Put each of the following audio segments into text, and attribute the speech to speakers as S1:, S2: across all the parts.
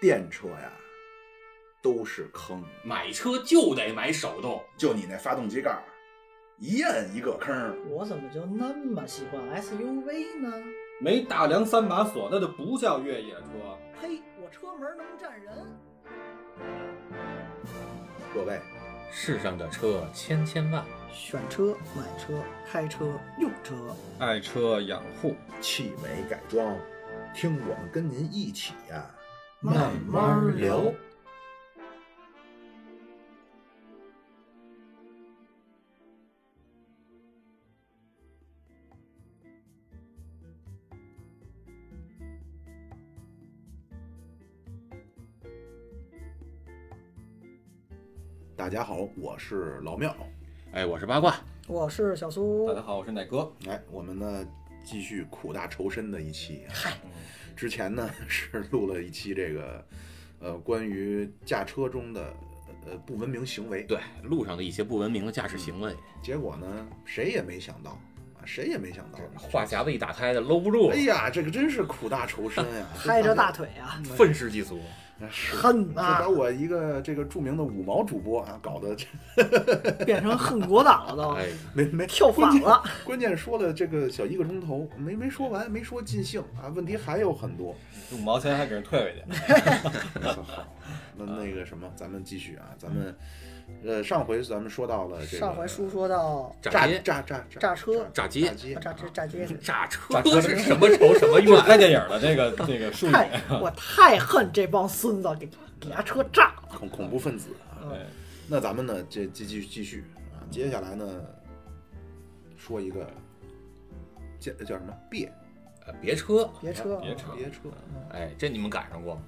S1: 电车呀，都是坑。
S2: 买车就得买手动，
S1: 就你那发动机盖儿，一摁一个坑儿。
S3: 我怎么就那么喜欢 SUV 呢？
S4: 没大梁三把锁，那就不叫越野车。
S3: 呸！我车门能站人。
S1: 各位，
S5: 世上的车千千万，
S3: 选车、买车、开车、用车，
S4: 爱车养护，
S1: 汽美改装，听我们跟您一起啊呀，
S3: 慢慢聊。
S1: 大家好，我是老庙。
S5: 哎，我是八卦，
S3: 我是小苏
S4: 大，家好，我是奶哥。
S1: 哎，我们呢继续苦大仇深的一期。啊
S3: 嗨，
S1: 之前呢 是录了一期这个，呃，关于驾车中的呃不文明行为。
S5: 对路上的一些不文明的驾驶行为，
S1: 结果呢，谁也没想到啊，谁也没想到。
S4: 嗯
S5: 话匣子一打开的搂不住
S1: 哎，呀，这个真是苦大仇深 呀、
S3: 拍着大腿啊，
S5: 愤世嫉俗。
S1: 哎是
S3: 恨啊
S1: 这
S3: 呐
S1: 把我一个这个著名的五毛主播啊，搞得这
S3: 变成恨国党了都，
S5: 哎，
S1: 没没
S3: 跳反。
S1: 关
S3: 了。
S1: 键关键说了这个小一个钟头，没没说完，没说尽兴啊，问题还有很多。
S4: 五毛钱还给人退回去，
S1: 好，那那个什么，咱们继续啊，咱们呃上回咱们说到了这个
S3: 上回书说到
S1: 炸
S5: 炸街，
S1: 炸炸
S3: 炸车啊
S5: 炸
S1: 街炸
S5: 街，
S1: 街嗯
S3: 炸这炸街去，
S5: 炸车
S4: 炸车
S5: 是什么 仇什么
S4: 就
S5: 怨？
S4: 拍电影的 这个这个术语。哎
S3: 太我太恨这帮孙子，给给他车炸了。
S1: 恐恐怖分子啊。
S3: 嗯
S4: 对
S1: 那咱们呢，这继继继续啊，接下来呢说一个叫叫什么别啊
S5: 呃别车，
S3: 别车，
S4: 别车
S1: 别车，嗯
S5: 哎，这你们赶上过吗？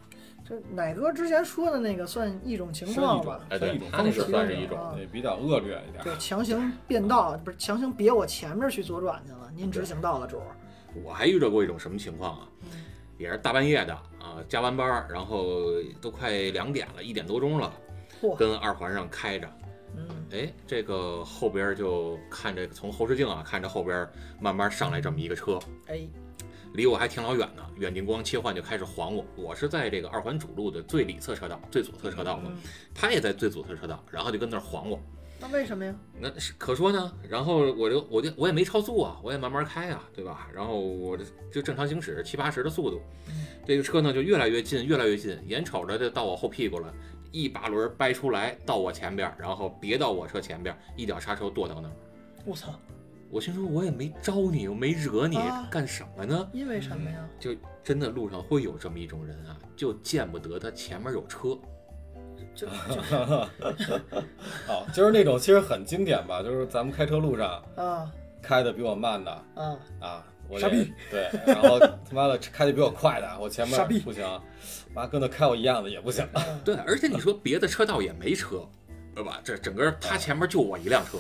S3: 这奶哥之前说的那个算一种情
S4: 是一
S3: 况
S4: 种
S3: 吧？，嗯
S5: 哎
S4: 是
S5: 对
S4: 一种
S5: 他那
S4: 方
S5: 是
S4: 式，
S5: 算是一
S3: 种
S4: 啊对，比较恶劣一点。
S3: 对，强行变道不是强行别我前面去左转去了，您直行道了，主儿。
S5: 我还遇到过一种什么情况啊？也是大半夜的啊，加完班儿，然后都快两点了，一点多钟了
S3: 嚯，
S5: 跟二环上开着，
S3: 嗯，
S5: 哎，这个后边儿就看这个从后视镜啊，看着后边儿慢慢上来这么一个车，
S3: 哎，
S5: 离我还挺老远呢。远近光切换就开始晃我，我是在这个二环主路的最里侧车道、最左侧车道的，
S3: 嗯
S5: 他也在最左侧车道，然后就跟那儿晃我。
S3: 那为什么呀？
S5: 那是可说呢，然后我就我就我也没超速啊，我也慢慢开啊，对吧？然后我这就正常行驶七八十的速度，这个车呢就越来越近，越来越近，眼瞅着就到我后屁股了，一把轮儿掰出来到我前边儿，然后别到我车前边儿，一脚刹车跺到那儿。
S3: 我操，
S5: 我心说我也没招你，我没惹你，
S3: 啊
S5: 干什么呢？
S3: 因为什么呀？
S5: 就真的路上会有这么一种人啊，就见不得他前面有车，
S3: 嗯就就
S4: 哦，就是那种其实很经典吧，就是咱们开车路上
S3: 啊
S4: 开的比我慢的
S3: 啊，
S4: 啊，我
S3: 傻
S4: 这
S3: 逼
S4: 对，然后他妈的开的比我快的，我前面
S3: 傻逼
S4: 不行，妈跟他开我一样的也不行。
S3: 哦嗯
S5: 对，而且你说别的车道也没车，对吧？这整个他前面就我一辆车。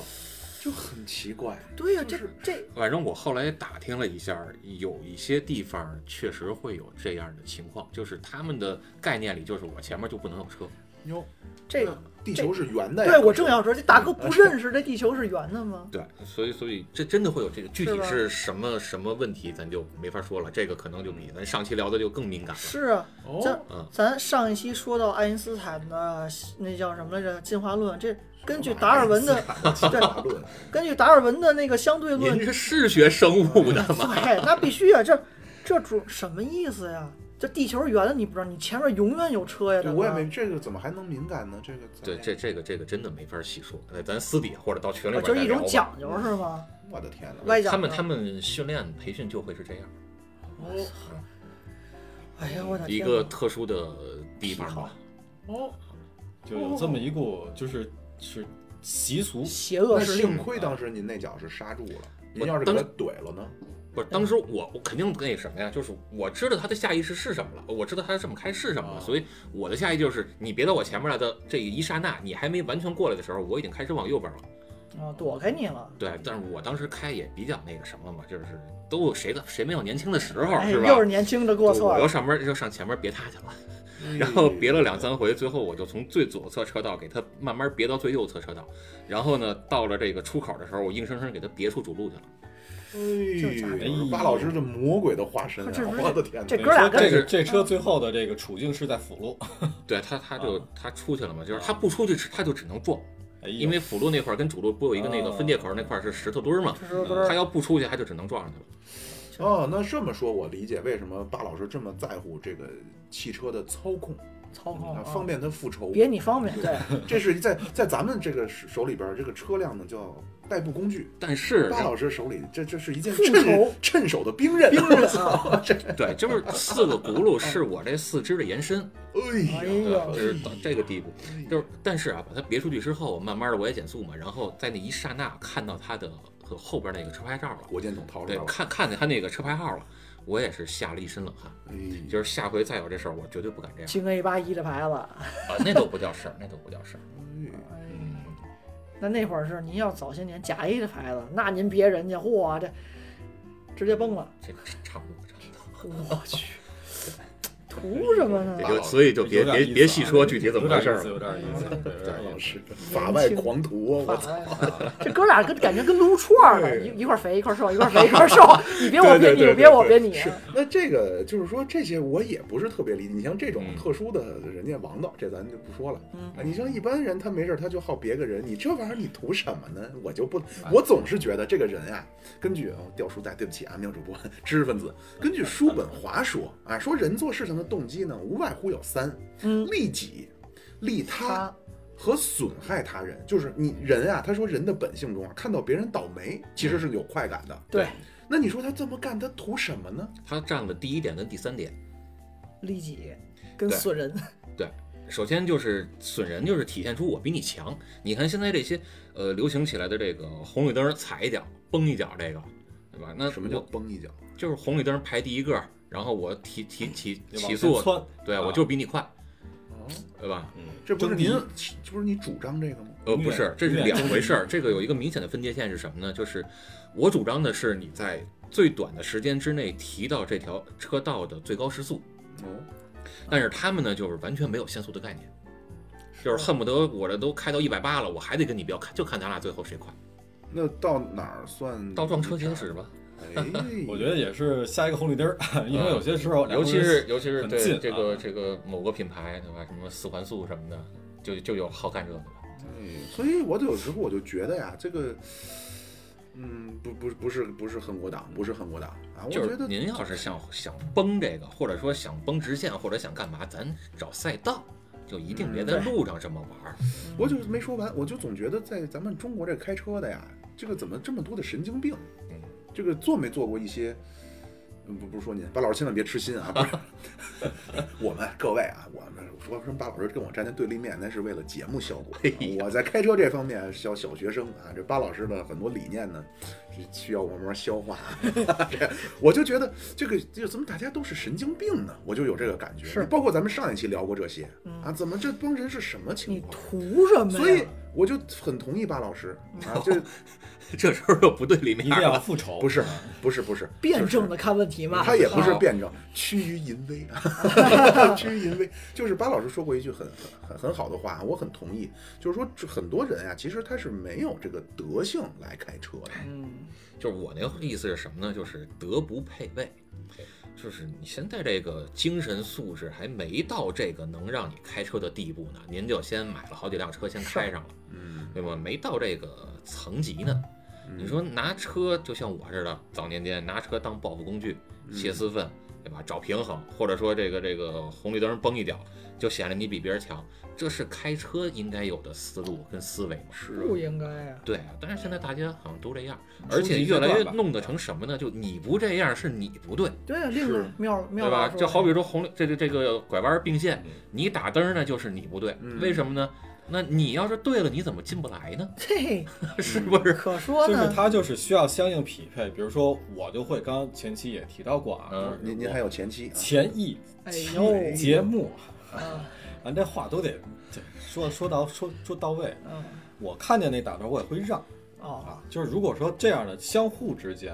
S1: 就很奇怪。
S3: 对呀，这这
S5: 反正我后来打听了一下，有一些地方确实会有这样的情况，就是他们的概念里就是我前面就不能有车，
S1: 哟，
S3: 这个，
S1: 地球是圆的呀。
S3: 对我正要说，这大哥不认识这地球是圆的吗？
S5: 对，所以所以这真的会有这个，具
S3: 是
S5: 体
S3: 吧
S5: 是什么什么问题咱就没法说了，这个可能就比咱上期聊的就更敏感了。
S3: 是啊，
S1: 哦
S3: 咱
S5: 嗯
S3: 咱上一期说到爱因斯坦的那叫什么来着？进化论，这根据达尔文的，对，
S1: 法论，
S3: 根据达尔文的那个相对论
S5: 您，这是学生物的 吗？
S3: 对，那必须啊，这这主什么意思呀？这地球圆的你不知道，你前面永远有车呀！
S1: 对
S3: 大哥
S1: 我也没这个怎么还能敏感呢？这个咱
S5: 对，这这个这个真的没法细说，呃咱私底下或者到群里
S3: 啊
S5: 边
S3: 就是
S5: 再
S3: 一
S5: 聊
S3: 种
S5: 吧。
S3: 讲究是吗？
S1: 我的天哪！
S3: 歪讲究。
S5: 他们他们训练培训就会是这样，
S3: 我操，哎呀，我的
S5: 一
S3: 天
S5: 个
S3: 哪
S5: 特殊的地方吧。
S1: 哦，
S4: 就有这么一股就是是习俗，
S3: 邪恶
S1: 那
S3: 势力啊
S1: 幸亏当时您那脚是刹住了，您要是给他怼了呢？
S5: 不是，当时我我肯定那什么呀，就是我知道他的下意识是什么了，我知道他这么开是什么了，
S4: 啊
S5: 所以我的下意就是你别到我前面来的这一刹那，你还没完全过来的时候，我已经开始往右边了。
S3: 啊，躲开你了。
S5: 对，但是我当时开也比较那个什么嘛，就是都有谁的谁没有年轻的时候
S3: 哎，
S5: 是吧？
S3: 又是年轻的过
S5: 就
S3: 错
S5: 我又
S3: 了。
S5: 上边又上前面别他去了，然后别了两三回，最后我就从最左侧车道给他慢慢别到最右侧车道，然后呢，到了这个出口的时候，我硬生生给他别出主路去了。
S1: 哎呦，
S4: 哎
S1: 巴老师这魔鬼的化身啊
S3: 可是不！是
S1: 我的天哪，
S3: 这哥俩嗯
S4: 你说
S5: 跟
S4: 这个这车最后的这个处境是在辅路，
S5: 对他，他就
S4: 啊
S5: 他出去了嘛，就是他不出去，他就只能撞，
S4: 哎呦
S5: 因为辅路那块儿跟主路不有一个那个
S4: 哦
S5: 分界口，那块儿是石头墩儿嘛，
S3: 这是不
S5: 他
S3: 是？
S5: 要不出去，他就只能撞上去了。
S1: 哦，那这么说，我理解为什么巴老师这么在乎这个汽车的操控，
S3: 操控
S1: 啊
S3: 啊，
S1: 方便他复仇。
S3: 别你方便， 对，
S1: 这是在在咱们这个手里边儿，这个车辆呢叫代步工具。
S5: 但是
S1: 巴老师手里这这是一件
S3: 复
S1: 趁
S3: 仇
S1: 趁手的兵刃。
S3: 冰人啊，
S5: 对，就是四个轱辘是我这四肢的延伸，
S1: 哎
S3: 哎
S1: 呀，
S5: 对吧，
S3: 呦
S5: 这，是到这个地步。就是，但是啊，把它别出去之后，慢慢的我也减速嘛，然后在那一刹那看到他的和后边那个车牌照了，
S1: 火箭筒掏出
S5: 对
S1: 来，了。
S5: 看看见他那个车牌号了，我也是吓了一身冷汗。
S1: 哎呀
S5: 就是下回再有这事儿，我绝对不敢这样。
S3: 青 A 八一的牌子。哎
S5: 啊，那都不叫事儿，那都不叫事儿。
S1: 哎
S5: 嗯，
S3: 那那会儿是您要早些年假 A 的牌子，那您别人家嚯这直接崩了，
S5: 这个差不多，差不多。
S3: 我去， 图什么呢
S5: 也？
S1: 对
S5: 就所以就别
S4: 有点
S5: 别
S4: 意思啊
S5: 别细说具体怎么回事儿
S4: 有
S5: 了。
S4: 点意思，有点意
S1: 这
S4: 思，有点
S1: 老
S4: 意思。
S1: 师法外狂徒啊！我操！
S3: 这哥俩跟感觉跟撸串儿了，
S1: 对
S3: 一一块儿肥一块儿瘦，一块儿肥一块 儿瘦，你别我别
S1: 对对
S3: 你，
S1: 对
S3: 我别我别
S1: 对
S3: 你，
S1: 是，那这个就是说，这些我也不是特别理解。你像这种
S5: 嗯
S1: 特殊的，人家王道，这咱就不说了。
S3: 嗯
S1: 啊，你像一般人，他没事儿他就好别个人，你这玩意儿你图什么呢？我就不，我总是觉得这个人啊，根据哦掉书袋，对不起啊，妙主播，知识分子，根据叔本华说啊，说人做事情的动机呢，无外乎有三：
S3: 嗯，
S1: 利己、利他
S3: 他
S1: 和损害他人。就是你人啊，他说人的本性中啊，看到别人倒霉，其实是有快感的。
S3: 对
S1: 那你说他这么干，他图什么呢？
S5: 他占了第一点跟第三点。
S3: 利己跟
S5: 对
S3: 损人，
S5: 首先就是损人，就是体现出我比你强。你看现在这些呃流行起来的这个红绿灯踩一脚崩一脚，这个对吧？那
S1: 什么叫
S5: 我
S1: 崩一脚？
S5: 就是红绿灯排第一个，然后我提提起
S4: 你往
S5: 起
S4: 前
S5: 诉，嗯
S4: 窜
S5: 对
S4: 啊
S5: 我就比你快，
S1: 哦，
S5: 对吧？
S1: 这不是
S4: 争第一
S1: 您，这不是你主张这个吗？
S5: 呃，不是
S4: 远，
S5: 这是
S4: 远
S5: 两
S4: 都
S5: 回
S4: 是，
S5: 事儿。这个有一个明显的分界线是什么呢？就是我主张的是你在最短的时间之内提到这条车道的最高时速，
S1: 哦，
S5: 但是他们呢就是完全没有限速的概念，就是恨不得我这都开到一百八了，我还得跟你飙，看就看咱俩最后谁快。
S1: 那到哪儿算
S5: 倒撞车行驶吧，
S1: 哎
S4: 我觉得也是下一个红绿灯儿，因为有些时候，
S5: 嗯尤其是尤其是
S4: 很
S5: 对
S4: 近
S5: 这个
S4: 啊
S5: 这个某个品牌对吧，什么四环速什么的，就就有好干这个的。
S1: 哎所以我有时候我就觉得呀，这个，嗯，不不不是不是恨国党，不是恨国党啊，我
S5: 就
S1: 觉
S5: 是
S1: 得
S5: 您要是想想崩这个，或者说想崩直线，或者想干嘛，咱找赛道，就一定别在路上这么玩儿。
S1: 我就没说完，我就总觉得在咱们中国这开车的呀，这个怎么这么多的神经病？
S5: 嗯
S1: 这个做没做过一些？嗯，不不是说您，巴老师千万别痴心啊！不是， 我们各位啊，我们说什么巴老师跟我站在对立面，那是为了节目效果。
S3: 哎
S1: 我在开车这方面小小学生啊，这巴老师的很多理念呢，是需要我慢慢消 化。我就觉得这个就怎么大家都是神经病呢？我就有这个感觉。
S3: 是
S1: 你包括咱们上一期聊过这些
S3: 嗯
S1: 啊，怎么这帮人是什么
S3: 你
S1: 情况？啊
S3: 图什么呀？
S1: 所以我就很同意巴老师啊，就
S5: 这时候又不对里
S4: 一
S5: 面
S4: 定要
S5: 了，
S4: 复仇，
S1: 不是不是不是
S3: 辩证的看问题嘛，
S1: 他也不是
S3: 啊
S1: 辩证，趋于淫威，趋于淫威。就是巴老师说过一句很很很很好的话，我很同意，就是说这很多人啊，其实他是没有这个德性来开车的。
S3: 嗯，
S5: 就是我那意思是什么呢？就是德不配位，就是你现在这个精神素质还没到这个能让你开车的地步呢，您就先买了好几辆车，先开上了，
S1: 嗯，
S5: 对吧？没到这个层级呢。你说拿车就像我似的，早年间拿车当报复工具，泄私愤，对吧？找平衡，或者说这个这个红绿灯崩一脚，就显得你比别人强，这是开车应该有的思路跟思维嘛？
S1: 是啊
S3: 不应该呀，
S5: 对啊，但是现在大家好像都这样，
S4: 初级
S5: 而且越来
S4: 阶
S5: 越
S4: 段吧
S5: 弄得成什么呢？就你不这样是你不对，
S3: 对呀，另一个
S1: 是
S3: 妙妙
S5: 对吧？
S3: 法
S5: 就好
S3: 说
S5: 比说红绿这这这个拐弯并线
S4: 嗯，
S5: 你打灯呢就是你不对，
S1: 嗯
S5: 为什么呢？那你要是对了，你怎么进不来呢？
S3: 嘿，
S5: 是不是？
S3: 可说
S4: 就是
S3: 呢，
S4: 它就是需要相应匹配。比如说，我就会，刚刚前期也提到过啊，
S5: 嗯
S4: 就是
S1: 您您还有前期啊，
S4: 前一
S3: 哎
S4: 期
S3: 呦
S4: 节目，
S3: 啊
S4: 咱这话都得这说说到说说到位。
S3: 嗯
S4: 我看见那打灯，我也会让
S3: 哦，
S1: 啊
S4: 啊。就是如果说这样的相互之间，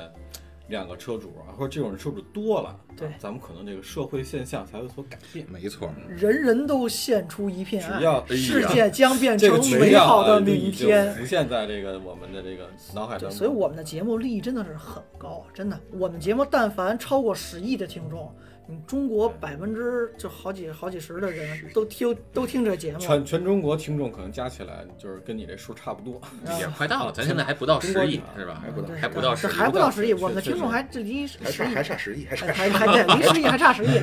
S4: 两个车主啊，或者这种车主多了，
S3: 对
S4: 咱们可能这个社会现象才有所改变。
S5: 没错，
S3: 人人都献出一片
S4: 只
S3: 爱，
S1: 哎
S4: 要
S3: 世界将变
S4: 这个
S3: 成
S4: 群
S3: 美
S4: 像
S3: 好
S4: 啊
S3: 的
S4: 就
S3: 明
S4: 已经
S3: 天。
S4: 浮现在这个我们的这个脑海
S3: 对，
S4: 当中。
S3: 所以我们的节目利益真的是很高，啊真的。我们节目但凡超过十亿的听众，你中国百分之就好几好几十的人都听都听这节目，
S4: 全全中国听众可能加起来就是跟你这数差不多。
S5: 也
S3: 啊
S5: 快到了，咱现在还不到
S4: 中
S5: 十
S4: 国
S5: 亿
S4: 女孩
S5: 是吧？
S1: 还不到
S3: 对
S5: 还不到十
S3: 这
S5: 亿
S3: 还不到十亿，
S4: 确
S3: 我们的
S4: 确
S3: 听众
S4: 实
S3: 还这离十
S1: 还差
S3: 亿
S1: 还差十亿，还差
S3: 哎还还对，离十亿还差十亿。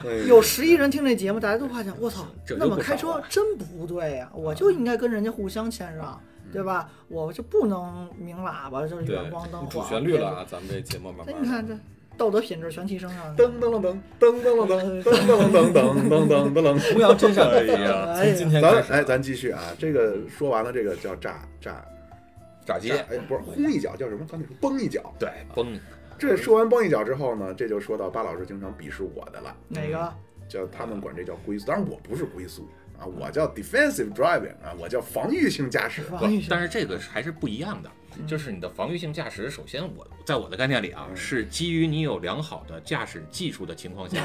S3: 对，有十亿人听这节目，大家都发现，我操，
S5: 这
S3: 那
S5: 就
S3: 么
S5: 不
S3: 开
S5: 少
S3: 车
S5: 了
S3: 真不对呀、我就应该跟人家互相谦让，对吧？我就不能鸣喇叭，就是
S4: 对
S3: 远光灯，
S4: 主
S3: 黄
S4: 旋律了。啊，咱们这节目慢
S3: 哎，你
S4: 慢
S3: 看这道德品质全提升上去了。
S1: 噔噔噔噔噔噔噔噔噔噔噔噔噔噔。
S4: 乌阳真善美啊，
S3: 哎呀
S4: 从今天开
S1: 咱
S4: 始
S1: 哎，咱继续啊，这个说完了，这个叫炸炸
S5: 炸
S1: 炸
S5: 街，，
S1: 哎，不是轰一脚叫什么？刚才说崩一脚。
S5: 对，崩
S1: 这说完崩一脚之后呢，这就说到巴老师经常鄙视我的了，
S3: 哪个？
S1: 叫他们管这叫龟速，当然我不是龟速啊，我叫 defensive driving 啊，我叫防御性驾驶。
S3: 王宇轩
S5: 但是这个还是不一样的，就是你的防御性驾驶，首先我在我的概念里啊，是基于你有良好的驾驶技术的情况下，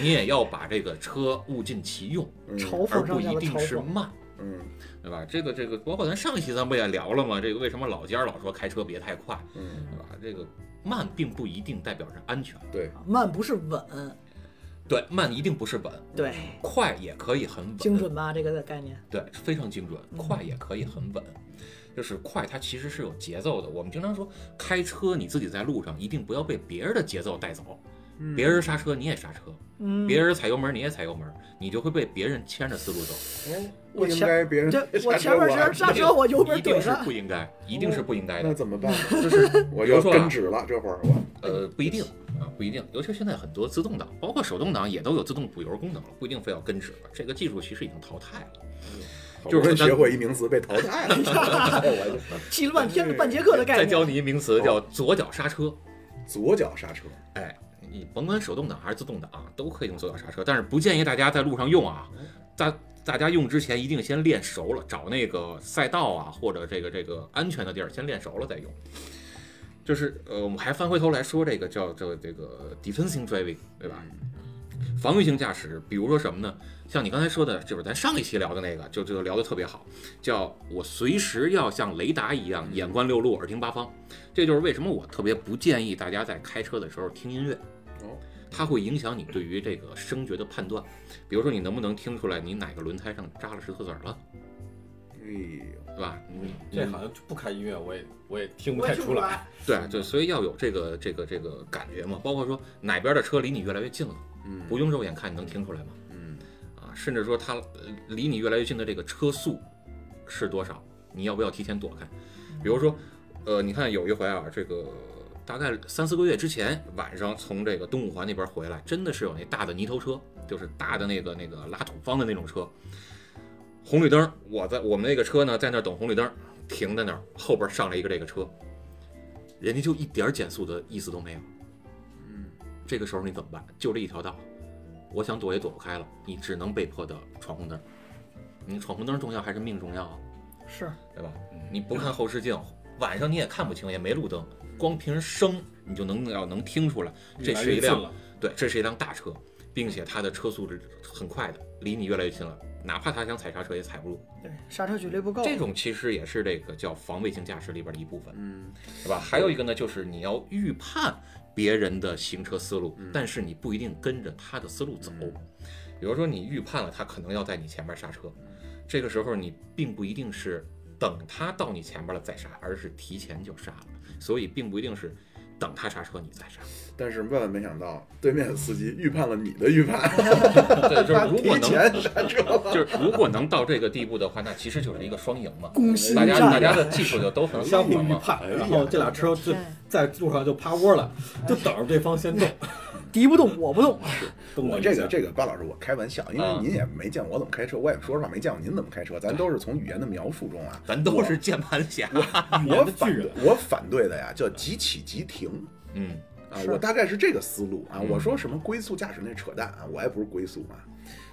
S5: 你也要把这个车物尽其用，
S3: 嘲
S5: 而
S3: 讽
S5: 不
S3: 上去
S5: 一
S3: 了，
S5: 定
S3: 嘲
S5: 是
S3: 讽。
S5: 慢，
S1: 嗯，
S5: 对吧？这个这个，包括咱上一期咱不也聊了吗？这个为什么老家老说开车别太快，
S1: 嗯，
S5: 对吧？这个慢并不一定代表着安全，
S1: 对，
S3: 慢不是稳，
S5: 对，慢一定不是稳，
S3: 对，
S5: 快也可以很稳，
S3: 精准嗯吧？这个概念。
S5: 对，非常精准，快也可以很稳。就是快，它其实是有节奏的。我们经常说，开车你自己在路上一定不要被别人的节奏带走，别人刹车你也刹车，
S3: 嗯，
S5: 别人踩油门你也踩油门，你就会被别人牵着思路走。
S1: 不应该别人
S3: 哎这我前面
S1: 刹
S3: 是
S1: 车
S3: 刹车，我油
S5: 一
S3: 门
S5: 定
S3: 怼
S5: 是
S3: 了
S5: 不。应该，一定是不应该
S1: 那
S5: 的。
S1: 怎么 办？
S5: 就是
S1: 我
S5: 比如
S1: 就
S5: 说
S1: 跟
S5: 啊，
S1: 指了，这会儿我
S5: 呃，不一定啊，不一定。尤其是现在很多自动挡，包括手动挡也都有自动补油功能了，不一定非要跟指了。这个技术其实已经淘汰了。 就
S1: 好不容
S5: 是
S1: 易
S5: 咱
S1: 学会一名词被淘汰 了，我就
S3: 记了半天的半节课的概
S5: 再教
S3: 念。
S5: 你一名词，叫左脚刹车。
S1: 左脚刹车。
S5: 哎，你甭管手动挡还是自动挡，啊都可以用左脚刹车，但是不建议大家在路上用啊。大大家用之前一定先练熟了，找那个赛道啊或者这个这个安全的地儿先练熟了再用。就是呃，我们还翻回头来说这个叫叫这个 defensive driving，对吧？防御性驾驶，比如说什么呢？像你刚才说的，就是咱上一期聊的那个，就就聊得特别好，叫我随时要像雷达一样，眼观六路，耳听八方。这就是为什么我特别不建议大家在开车的时候听音乐
S1: 哦，
S5: 它会影响你对于这个声觉的判断。比如说，你能不能听出来你哪个轮胎上扎了石头子儿了，
S1: 哎呦，
S5: 对吧？你
S4: 这好像就不开音乐，我也我也听不太出来。
S5: 对啊，就所以要有这个这个这个感觉嘛。包括说哪边的车离你越来越近了，
S1: 嗯
S5: 不用肉眼看你能听出来吗？
S1: 嗯，
S5: 啊，甚至说它呃离你越来越近的这个车速是多少，你要不要提前躲开？
S1: 嗯
S5: 比如说，呃，你看有一回啊，这个大概三四个月之前晚上从这个东五环那边回来，真的是有那大的泥头车，就是大的那个那个拉土方的那种车，红绿灯，我在我们那个车呢在那儿等红绿灯，停在那儿，后边上来一个这个车，人家就一点儿减速的意思都没有。
S4: 嗯
S5: 这个时候你怎么办？就这一条道，我想躲也躲不开了，你只能被迫的闯红灯。你闯红灯重要还是命重要啊？
S3: 是，
S5: 对吧？
S4: 嗯
S5: 你不看后视镜，晚上你也看不清，也没路灯，光凭声你就能要能听出来，这是一
S4: 嗯越来越
S5: 辆
S4: 近了
S5: 对，这是一辆大车，并且它的车速是很快的，离你越来越近了，哪怕它想踩刹车也踩不住。
S3: 对，刹车距离不够。
S5: 这种其实也是这个叫防卫性驾驶里边的一部分，嗯，对吧？还有一个呢，就是你要预判别人的行车思路，但是你不一定跟着他的思路走。比如说，你预判了他可能要在你前面刹车，这个时候你并不一定是等他到你前面了再刹，而是提前就刹了，所以并不一定是等他刹车你再刹。
S1: 但是万万没想到，对面的司机预判了你的预判，
S5: 对，就是如果
S1: 提
S5: 能，
S1: 前刹车了。
S5: 就是如果能到这个个地步的话，那其实就是一个双赢 嘛。
S3: 攻心
S5: 大
S3: 战
S5: 家
S3: 呀，
S5: 大家的技术就都很 好
S4: 相互
S5: 了
S4: 预
S5: 嘛。
S1: 哎
S4: 判，然后这俩车就在路上就趴窝了，就等着对方先 动，
S3: 敌不动我不动，
S4: 动
S1: 我
S4: 了
S1: 这个这个巴老师，我开玩笑，因为
S5: 啊
S1: 您也没见我怎么开车，我也说实话没见过您怎么开车，咱都是从语言的描述中啊。
S5: 咱都是键盘侠。
S4: 语
S1: 我
S4: 言的巨
S1: 反
S4: 人，
S1: 我反对的呀，叫急起急停
S5: 嗯，
S1: 啊
S3: 是，
S1: 我大概是这个思路啊。我说什么龟速驾驶那扯淡啊，我也不是龟速啊。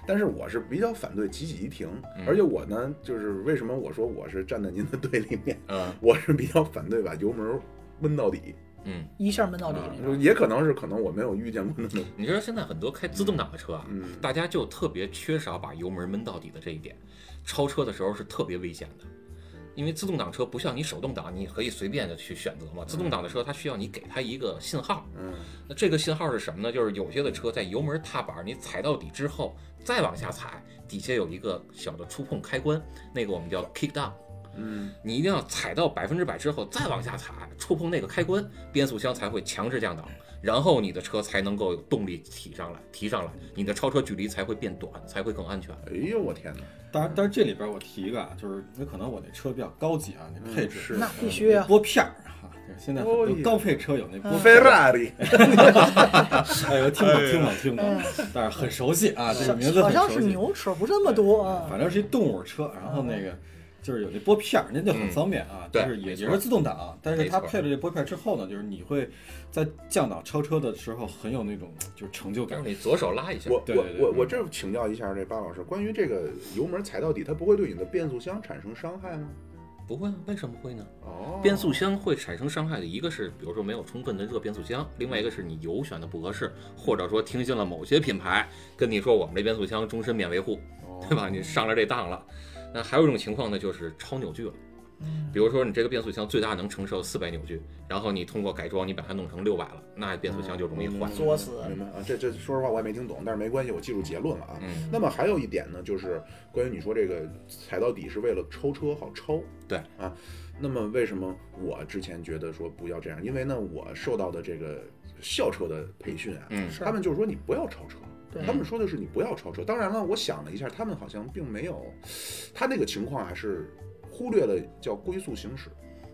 S1: 但是我是比较反对急起急停，而且我呢，就是为什么我说我是站在您的对立面，
S5: 嗯
S1: 我是比较反对把油门儿闷到底，
S5: 嗯，
S3: 一下闷到底。
S1: 啊，也可能是可能我没有遇见过那么，
S5: 你知道现在很多开自动挡的车啊，
S1: 嗯，
S5: 大家就特别缺少把油门闷到底的这一点，超车的时候是特别危险的，因为自动挡车不像你手动挡，你可以随便的去选择嘛。自动挡的车它需要你给它一个信号，
S1: 嗯，
S5: 那这个信号是什么呢？就是有些的车在油门踏板你踩到底之后，再往下踩，底下有一个小的触碰开关，那个我们叫 kick down。
S1: 嗯，
S5: 你一定要踩到百分之百之后，再往下踩，触碰那个开关，变速箱才会强制降档，然后你的车才能够有动力提上来，提上来，你的超车距离才会变短，才会更安全。
S1: 哎呦我天哪，
S4: 但是但是这里边我提一个啊，就是那可能我那车比较高级啊，那配置、
S1: 嗯是
S3: 那必须啊
S4: 拨片儿啊，就是现
S3: 哎
S4: 在很多高配车有那拨片
S1: 菲
S4: 儿，
S1: 拉利，
S4: 哎呦，听过听过听
S3: 嗯
S4: 过，但是很熟悉啊，这个名字
S3: 好
S4: 很
S3: 像
S4: 熟
S3: 是
S4: 悉。
S3: 牛齿不是那么多啊。
S4: 反正是一动物车，然后那个就是有那拨片儿，那就很方便啊。
S5: 对
S4: 就是也
S5: 没错
S4: 也是自动挡，但是它
S5: 没错
S4: 配了这拨片儿之后呢，就是你会在降档超车的时候很有那种就是成就
S5: 但
S4: 感
S5: 是。你左手拉一下，
S1: 我
S4: 对
S1: 我
S4: 对嗯对
S1: 我我这请教一下这巴老师，关于这个油门踩到底，它不会对你的变速箱产生伤害吗？
S5: 不会啊？为什么会呢？
S1: 哦，
S5: 变速箱会产生伤害的，一个是比如说没有充分的热变速箱，另外一个是你油选的不合适，或者说听信了某些品牌跟你说我们这变速箱终身免维护，
S1: 哦
S5: 对吧？你上了这当了。那还有一种情况呢，就是超扭矩了。
S3: 嗯
S5: 比如说你这个变速箱最大能承受四百扭矩，然后你通过改装你把它弄成六百了，那变速箱就容易
S1: 哦
S5: 坏。
S3: 作死
S1: 明白啊，这这说实话我也没听懂，但是没关系，我记住结论了啊。
S5: 嗯，
S1: 那么还有一点呢，就是关于你说这个踩到底是为了超车好超，
S5: 对
S1: 啊。那么为什么我之前觉得说不要这样？因为呢，我受到的这个校车的培训啊，
S5: 嗯
S3: 是
S1: 他们就是说你不要超车
S3: 对。
S1: 他们说的是你不要超车。当然了，我想了一下，他们好像并没有，他那个情况还是忽略了叫龟速行驶。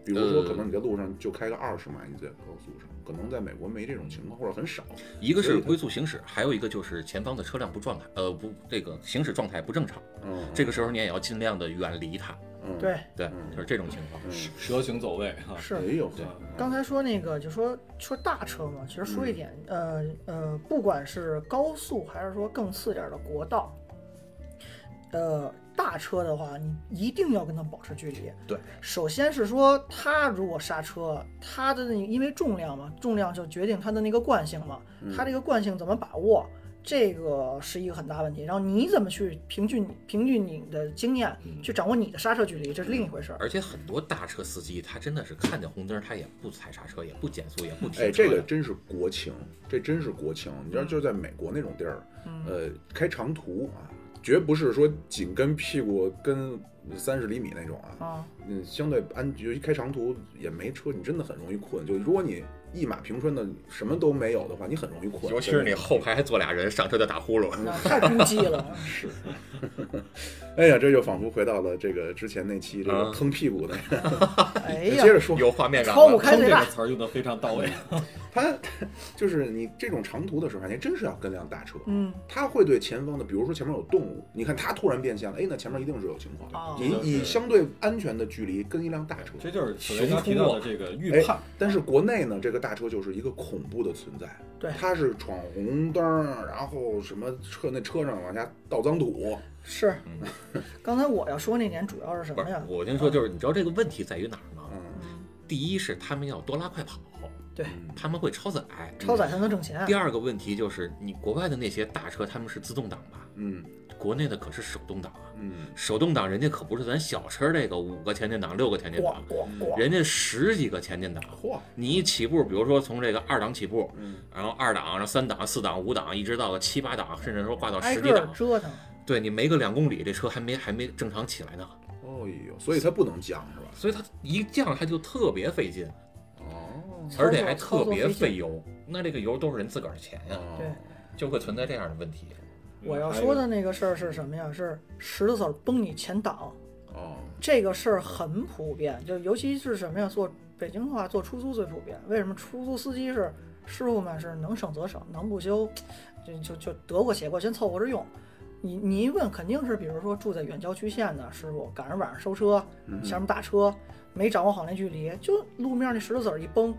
S1: 比如说，
S5: 呃
S1: 可能你在路上就开个二十迈，你在高速上，可能在美国没这种情况，或者很少。
S5: 一个是龟速行驶，还有一个就是前方的车辆不状态，呃不，这个行驶状态不正常，
S1: 嗯，
S5: 这个时候你也要尽量的远离它，
S1: 嗯，
S3: 对，
S5: 对
S1: 嗯，
S5: 就是这种情况。
S1: 嗯，
S4: 蛇形走位啊，
S3: 是
S1: 哎呦，
S5: 对
S3: 刚才说那个，就说说大车嘛，其实说
S1: 嗯
S3: 一点，呃呃，不管是高速还是说更次点儿的国道，呃，大车的话，你一定要跟它保持距离。
S1: 对，
S3: 首先是说它如果刹车，它的那因为重量嘛，重量就决定它的那个惯性嘛，
S1: 嗯
S3: 它这个惯性怎么把握，这个是一个很大问题。然后你怎么去凭据你凭据你的经验
S1: 嗯
S3: 去掌握你的刹车距离，这是另一回事儿。
S5: 而且很多大车司机他真的是看见红灯他也不踩刹车，也不减速，也不停车的。
S1: 哎，这个真是国情，这真是国情。你知道，
S3: 嗯
S1: 就是在美国那种地儿，呃，开长途啊，绝不是说紧跟屁股跟三十厘米那种啊。
S3: 啊，
S1: 嗯，相对安，尤其开长途也没车，你真的很容易困。就如果你一马平川的什么都没有的话，你很容易困。
S5: 尤其是你后排还坐俩人，上车就打呼噜。
S3: 那太拥挤了。
S1: 是，哎呀，这就仿佛回到了这个之前那期这个
S5: 嗯
S1: 蹬屁股的。
S3: 哎
S1: 接
S3: 呀，
S1: 着说，
S5: 有画面感
S3: 超我
S5: 了，
S3: 开
S4: 坑
S3: 最
S4: 这
S3: 大
S4: 个词儿用的非常到位。
S5: 嗯
S1: 他就是你这种长途的时候，还真是要跟辆大车。
S3: 嗯。
S1: 它会对前方的，比如说前面有动物，你看它突然变线了，哎，那前面一定是有情况。
S3: 哦
S1: 你以相对安全的距离跟一辆大车，
S4: 这就是此雷刚提到的这个预
S5: 哎
S4: 判，
S1: 但是国内呢，这个大车就是一个恐怖的存在。
S3: 对
S1: 它是闯红灯，然后什么车那车上往下倒脏土，
S3: 是， 刚才我要说那点主要是什
S5: 嗯不
S3: 么
S5: 是
S3: 呀？嗯
S5: 我跟你说，就是你知道这个问题在于哪儿吗？
S1: 嗯，
S5: 第一是他们要多拉快跑，
S3: 对，
S5: 他们会超载。
S3: 超载才能挣钱
S5: 第。二个问题就是，你国外的那些大车他们是自动挡吧？
S1: 嗯
S5: 国内的可是手动挡啊！
S1: 嗯，
S5: 手动挡人家可不是咱小车这个五个前进档、六个前进
S3: 咣
S5: 档，
S3: 咣咣！
S5: 人家十几个前进档。
S1: 嚯，
S5: 你一起步，比如说从这个二档起步，
S1: 嗯
S5: 然后二档，然后三档、四档、五档，一直到个七八档，甚至说挂到
S3: 挨
S5: 十
S3: 个
S5: 几
S3: 儿
S5: 档，
S3: 折腾，
S5: 对你没个两公里，这车还没还没正常起来呢。
S1: 哦呦，所以它不能降是吧？
S5: 所以它一降它就特别费劲，
S1: 哦，
S5: 而且还特别
S3: 嗯操作费
S5: 费
S3: 劲。
S5: 油。那这个油都是人自个儿钱呀、
S1: 哦
S3: 对，
S5: 就会存在这样的问题。
S1: 啊
S3: 我要说的那个事儿是什么呀？是石头子儿崩你前挡，
S1: 哦，
S3: 这个事儿很普遍，就尤其是什么呀？坐北京的话，坐出租最普遍。为什么出租司机是师傅们是能省则省，能不修就就就得过且过，先凑合着用。你你一问，肯定是比如说住在远郊区县的师傅，赶上晚上收车，
S1: 嗯
S3: 前面大车没掌握好那距离，就路面那石头子儿一崩，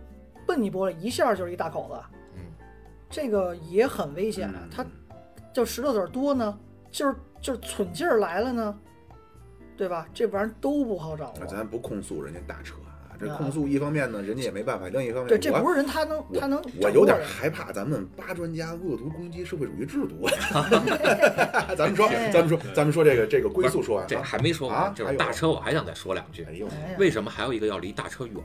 S3: 奔你玻璃，一下就是一大口子。
S5: 嗯，
S3: 这个也很危险啊。它就石头子儿多呢，就是就是寸劲儿来了呢，对吧？这玩意儿都不好掌
S1: 那
S3: 握。
S1: 咱不控诉人家大车啊，这
S3: 啊
S1: 控诉一方面呢，人家也没办法；另一方面，
S3: 对，这
S1: 哎我
S3: 不是人他能他能
S1: 我
S3: 掌
S1: 有
S3: 握
S1: 点
S3: 的
S1: 害怕咱们八专家恶毒攻击社会主义制度。啊 咱们说，
S3: 哎
S1: 咱们说，咱们说这个这个归宿说完
S5: 这
S1: 了。
S5: 还没说
S1: 啊
S5: 完，就
S1: 还
S5: 是
S1: 有
S5: 大车，我还想再说两句
S1: 哎。呦，
S3: 哎呀
S5: 为什么还有一个要离大车远？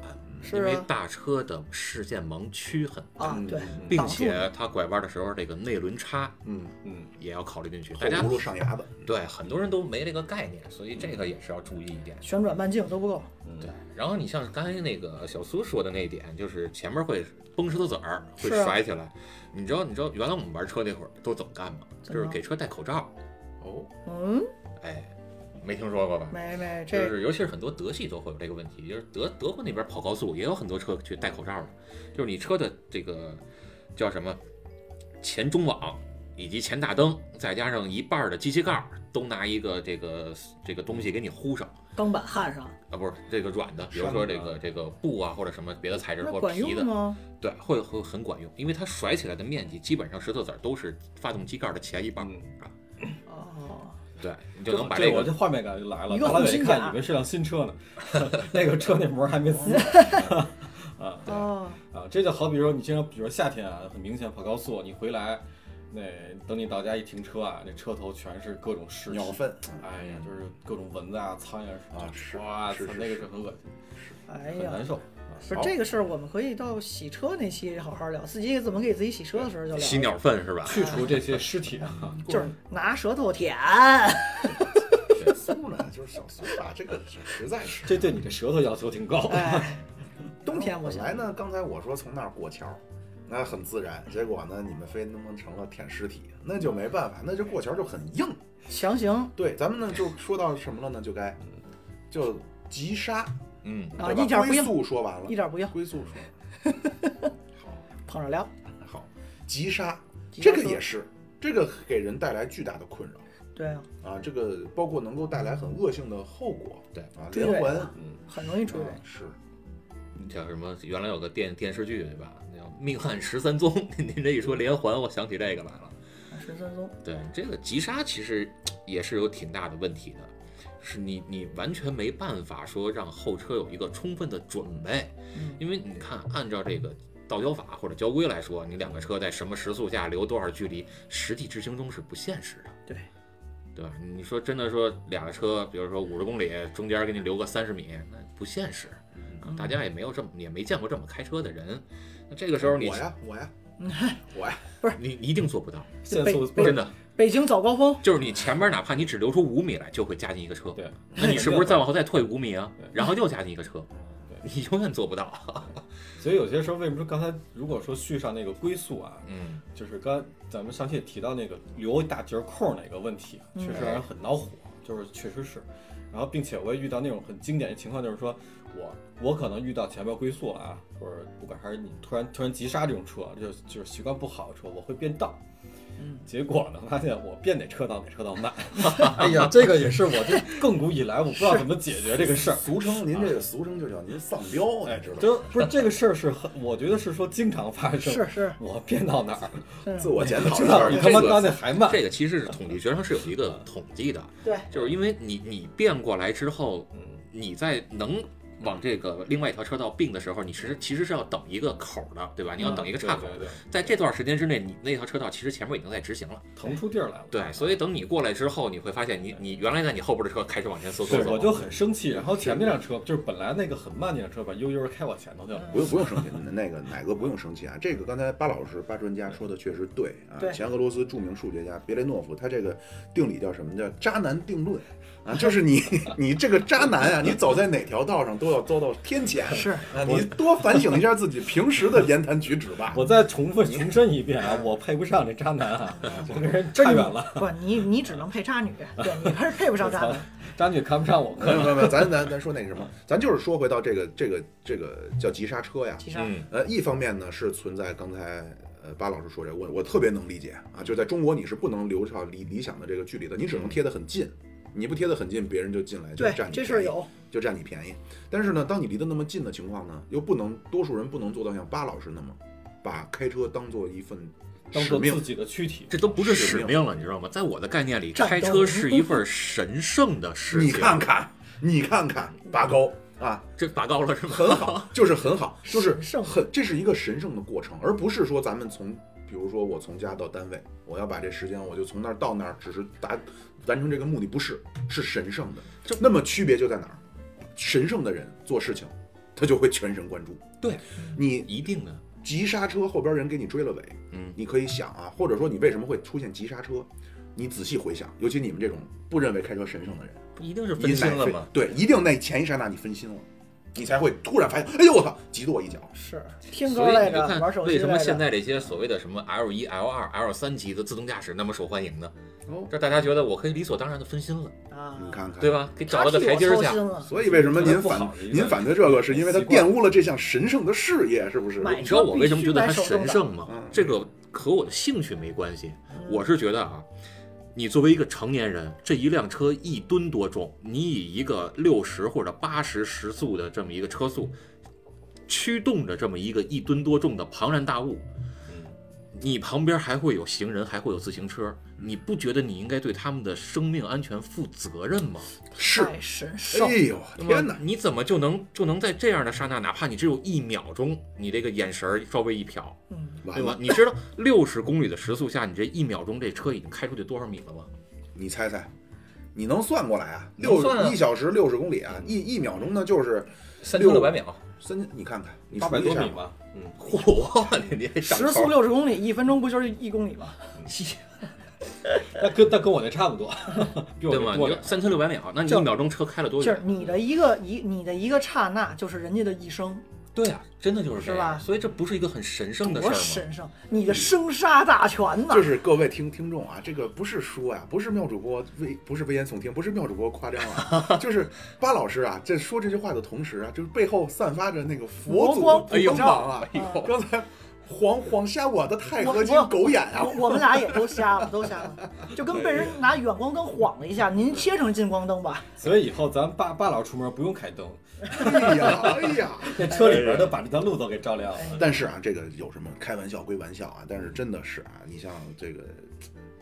S3: 是
S5: 因为
S3: 啊
S5: 大车的视线盲区很大，
S3: 啊
S1: 嗯
S3: 对，
S5: 并
S3: 挡住
S5: 且它拐弯的时候这个内轮差
S1: 嗯，
S4: 嗯，
S5: 也要考虑进去。
S1: 后
S5: 大家
S1: 轱辘上牙子，
S5: 对很多人都没这个概念，所以这个也是要注意一点。
S3: 旋转半径都不够，
S5: 对，然后你像刚才那个小苏说的那一点，就是前面会崩石头子儿，会
S3: 是啊
S5: 甩起来。你知道，你知道原来我们玩车那会儿都怎么干吗？
S3: 怎
S5: 就
S3: 么
S5: 是给车戴口罩。
S1: 哦，
S3: 嗯，
S5: 哎，没听说过吧？
S3: 没没
S5: 就
S3: 这
S5: 是尤其是很多德系都会有这个问题，就是德德国那边跑高速也有很多车去戴口罩的，就是你车的这个叫什么前中网以及前大灯，再加上一半儿的机器盖儿都拿一个这个这个东西给你糊上
S3: 钢板焊上，
S5: 啊，不是这个软的，比如说这个这个布啊或者什么别的材质
S3: 那
S5: 或者
S3: 管
S5: 皮
S3: 用
S5: 的，
S3: 吗？
S5: 对，会会很管用，因为它甩起来的面积基本上石头子儿都是发动机盖儿的前一半儿啊，
S3: 哦，
S5: 对你就能把
S4: 嗯这
S5: 这
S4: 我
S5: 个
S4: 这画面感就来了。
S3: 一个啊
S4: 大
S3: 红
S4: 老远
S3: 心
S4: 一
S3: 卡
S4: 看，以为是辆新车呢， 那个车那膜还没撕。啊，对
S3: 哦，
S4: 啊，这就好比说你经常，比如说夏天啊，很明显跑高速，你回来，那等你到家一停车啊，那车头全是各种尸体，
S1: 鸟粪，
S4: 哎呀，就是各种蚊子啊、苍蝇
S1: 啊是
S4: 哇
S1: 是
S4: 塞，
S1: 是
S4: 那个是很恶心，
S3: 哎
S4: 很
S3: 呀，
S4: 难受。
S3: 不是这个事儿，我们可以到洗车那期好好聊，司机怎么给自己洗车的时候就聊。
S5: 吸，鸟粪是吧？
S4: 去除这些尸体 啊，
S3: 就是拿舌头舔，
S1: 苏呢就是小苏啊，这个实在是。
S4: 这对你的舌头要求挺高。
S3: 哎，冬天不
S1: 本
S3: 行。
S1: 来呢，刚才我说从那儿过桥，那很自然，结果呢，你们非弄成了舔尸体，那就没办法，那这过桥就很硬。
S3: 强行
S1: 对，咱们呢就说到什么了呢？就该就急刹，
S5: 嗯，
S3: 啊，
S1: 对吧
S3: 一点儿不
S1: 归
S3: 硬，
S1: 宿说完了，
S3: 一点儿不硬，
S1: 归宿说完了
S3: 捧着聊。
S1: 好，好，急刹，
S3: 急
S1: 这
S3: 着
S1: 个
S3: 说
S1: 也是，这个给人带来巨大的困扰
S3: 对啊，
S1: 啊，这个包括能够带来很恶性的后果，
S5: 对
S1: 啊，
S3: 追
S1: 连
S3: 尾
S1: 环，
S3: 啊
S4: 嗯，
S3: 很容易追尾。
S1: 啊是，
S5: 叫什么？原来有个电电视剧对吧？那叫《命案十三宗》。 您这一说连环，我想起这个来了。
S3: 十三宗，
S5: 对，这个急刹其实也是有挺大的问题的，是你你完全没办法说让后车有一个充分的准备，
S3: 嗯，
S5: 因为你看，按照这个道交法或者交规来说，你两个车在什么时速下留多少距离，实际执行中是不现实的。
S3: 对，
S5: 对吧？你说真的说俩车，比如说五十公里，中间给你留个三十米，那不现实。啊大家也没有这么，也没见过这么开车的人。那这个时候你
S1: 我呀，我呀，我呀，
S5: 你你一定做不到，
S4: 限
S3: 被
S4: 速
S3: 被
S5: 真的。
S3: 北京早高峰，
S5: 就是你前面哪怕你只留出五米来，就会加进一个车。
S4: 对，
S5: 那你是不是再往后再退五米啊
S4: 对？
S5: 然后又加进一个车
S4: 对，
S5: 你永远做不到。
S4: 所以有些时候为什么说刚才如果说续上那个归宿啊，
S5: 嗯，
S4: 就是刚咱们上期也提到那个留一大截空那个问题啊，
S3: 嗯
S4: 确实让人很恼火，就是确实是。然后，并且我也遇到那种很经典的情况，就是说我我可能遇到前面龟速了啊，或者不管还是你突然突然急刹这种车，就就是习惯不好的车，我会变道。
S3: 嗯，
S4: 结果呢，发现我变哪车道哪车道 慢。哎呀，这个也是我这亘古以来我不知道怎么解决这个事儿。啊哎
S1: 俗称您这个俗称就叫您丧彪，你知道吗？
S4: 就是不是这个事儿是很，我觉得是说经常发生。
S3: 是是
S4: 我变到哪儿，
S1: 自我检讨
S4: 知
S1: 一下
S4: 道
S1: 儿，
S4: 比
S1: 你
S4: 他妈
S5: 这个
S4: 刚才还慢。
S5: 这个其实是统计学上是有一个统计的，
S3: 对，
S5: 就是因为你你变过来之后，
S4: 嗯
S5: 你在能往这个另外一条车道并的时候，你其实其实是要等一个口儿的，对吧？你要等一个岔口
S4: 嗯对。对对，
S5: 在这段时间之内，你那条车道其实前面已经在执行了。啊
S4: 腾出地儿来了。
S5: 对，所以等你过来之后，你会发现你你原来在你后边的车开始往前嗖嗖
S4: 对，
S5: 走。
S4: 我就很生气。然后前面那辆车就是本来那个很慢那辆车吧，悠悠地开我前头去了。
S1: 不用不用生气，那个奶哥不用生气啊。这个刚才巴老师、巴专家说的确实对啊。
S3: 对
S1: 前俄罗斯著名数学家别雷诺夫，他这个定理叫什么？叫渣男定论 啊，就是你你这个渣男啊，你走在哪条道上都要遭到天 谴。
S3: 是
S1: 啊，你多反省一下自己平时的言谈举止吧。
S4: 我再重复重申一遍啊，我配不上这渣男啊，我跟人差远了。
S3: 不，你你只能配 渣女，对你还是配不上渣
S4: 我操
S3: 男。
S4: 渣女看不上我，
S1: 没有没有没有，咱咱咱说那个什么，咱就是说回到这个这个这个叫急刹车呀。
S3: 其实，
S5: 嗯，
S1: 呃，一方面呢是存在刚才呃巴老师说这个，我我特别能理解啊，就是在中国你是不能留下理理想的这个距离的，你只能贴得很近，你不贴得很近，别人就进来就
S3: 对
S1: 占，你便
S3: 这
S1: 宜，
S3: 事儿有，
S1: 就占你便宜。但是呢，当你离得那么近的情况呢，又不能多数人不能做到像巴老师那么把开车当做一份
S4: 当
S1: 使
S4: 做
S1: 命
S4: 自，己的躯体。
S5: 这都不是
S1: 使
S5: 使
S1: 命
S5: 命了，你知道吗？在我的概念里，
S3: 战斗
S5: 开
S3: 嗯
S5: 车是一份神圣的事情。
S1: 你看看，你看看拔高
S3: 嗯
S1: 啊，
S5: 这拔高了是吗？
S1: 很好，就是很好，就是
S3: 神圣
S1: 很，这是一个神圣的过程，而不是说咱们从，比如说我从家到单位，我要把这时间，我就从那儿到那儿，只是达完成这个目的，不是，是神圣的。
S5: 这
S1: 那么区别就在哪儿？神圣的人做事情，他就会全神贯注。
S5: 对，
S1: 你
S5: 一定的，
S1: 急刹车，后边人给你追了尾，
S5: 嗯
S1: 你可以想啊，或者说你为什么会出现急刹车？你仔细回想，尤其你们这种不认为开车神圣的人，
S5: 一定是
S1: 你
S5: 分心
S1: 乃
S5: 了
S1: 非
S5: 嘛。
S1: 对，一定那前一刹那你分心了，你才会突然发现，哎呦我操，急剁一脚。
S3: 是听歌
S5: 所以
S3: 来
S5: 你
S3: 着
S5: 就，看
S3: 玩手机
S5: 为什么
S3: 来着
S5: 现在这些所谓的什么 L 一、L 二、L 三级的自动驾驶那么受欢迎呢？
S1: 哦，
S5: 这大家觉得我可以理所当然的分心了，
S3: 啊，
S1: 你看看，
S5: 对吧？给
S3: 他
S5: 找了个
S3: 替我
S5: 台阶儿
S3: 操
S5: 下
S3: 心。了，
S1: 所以为什么您
S4: 不
S1: 反
S4: 好的一个
S1: 您反对这个，是因为它
S4: 习惯
S1: 玷污了这项神圣的事业，是不是？
S3: 买
S5: 你知道
S3: 车
S5: 我
S3: 哎必
S5: 为什么
S3: 须
S5: 觉得
S3: 买
S5: 它
S3: 手动
S5: 神
S3: 挡
S5: 圣吗
S1: 嗯？
S5: 这个和我的兴趣没关系，
S3: 嗯
S5: 我是觉得啊，你作为一个成年人，这一辆车一吨多重，你以一个六十或者八十时速的这么一个车速，驱动着这么一个一吨多重的庞然大物，
S3: 嗯
S5: 你旁边还会有行人，还会有自行车，你不觉得你应该对他们的生命安全负责任吗？
S1: 是。
S3: 太神圣
S1: 哎，呦，
S5: 那
S1: 天
S5: 么
S1: 哪！
S5: 你怎么就能就能在这样的刹那，哪怕你只有一秒钟，你这个眼神儿稍微一瞟，
S3: 嗯，
S1: 完
S5: 对吧
S1: 了？，
S5: 你知道六十公里的时速下，你这一秒钟这车已经开出去多少米了吗？
S1: 你猜猜，你能算过来啊？
S4: 能
S1: 六
S4: 算啊
S1: 一小时六十公里啊，一一秒钟呢就是
S4: 三千六百秒，
S1: 三，你看看，你
S4: 八百
S1: 除一
S4: 多
S1: 下
S4: 米吧，嗯，
S5: 嚯，你你还上
S3: 时速六十公里，一分钟不就是一公里吗？
S4: 那跟那跟我那差不多，比
S5: 对
S4: 我这
S5: 吗？
S4: 多
S5: 你
S4: 点
S5: 就。三千六百秒，那你
S3: 就
S5: 一秒钟车开了多
S3: 就是
S5: 远？
S3: 你的一个一，你的一个刹那，就是人家的一生，
S5: 对啊，真的就是这
S3: 是吧
S5: 样。所以这不是一个很神圣的事
S3: 多
S5: 儿吗？
S3: 神圣！你的生杀大权呐
S1: 嗯就，是各位听听众啊，这个不是说呀、不是妙主播危，不是危言耸听，不是妙主播夸张 啊，就是巴老师啊，这说这句话的同时啊，就是背后散发着那个佛祖
S3: 佛光
S1: 的光芒啊，
S3: 普照哎
S1: 刚才晃晃瞎我的钛合金
S3: 我我
S1: 狗眼啊
S3: 我， 我们俩也都瞎了，都瞎了，就跟被人拿远光灯晃了一下。您切成近光灯吧，
S4: 所以以后咱爸爸老出门不用开灯，
S1: 哎呀，哎呀。
S4: 那车里边都把这条路都给照亮了。
S1: 但是啊，这个有什么开玩笑归玩笑啊，但是真的是啊，你像这个，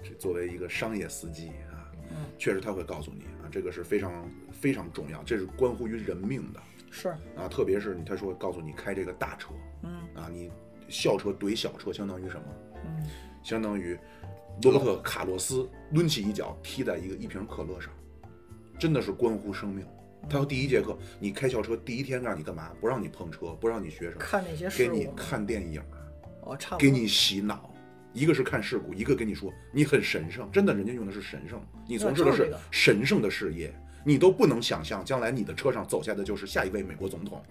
S1: 这作为一个商业司机啊，
S3: 嗯
S1: 确实他会告诉你啊，这个是非常非常重要，这是关乎于人命的
S3: 是，
S1: 啊，特别是你他说告诉你开这个大车
S3: 嗯
S1: 啊，你校车怼小车相当于什么？
S3: 嗯，
S1: 相当于罗伯特卡洛斯抡起一脚踢在一个一瓶可乐上，真的是关乎生命。
S3: 嗯
S1: 他说第一节课，你开校车第一天让你干嘛？不让你碰车，不让你学什么，
S3: 看那些
S1: 给
S3: 事
S1: 你
S3: 物，
S1: 看电影。
S3: 哦，差不多，
S1: 给你洗脑，一个是看事故，一个跟你说你很神圣，真的，人家用的是神圣，你从事的
S3: 就是这
S1: 是
S3: 个
S1: 神圣的事业，你都不能想象将来你的车上走下的就是下一位美国总统。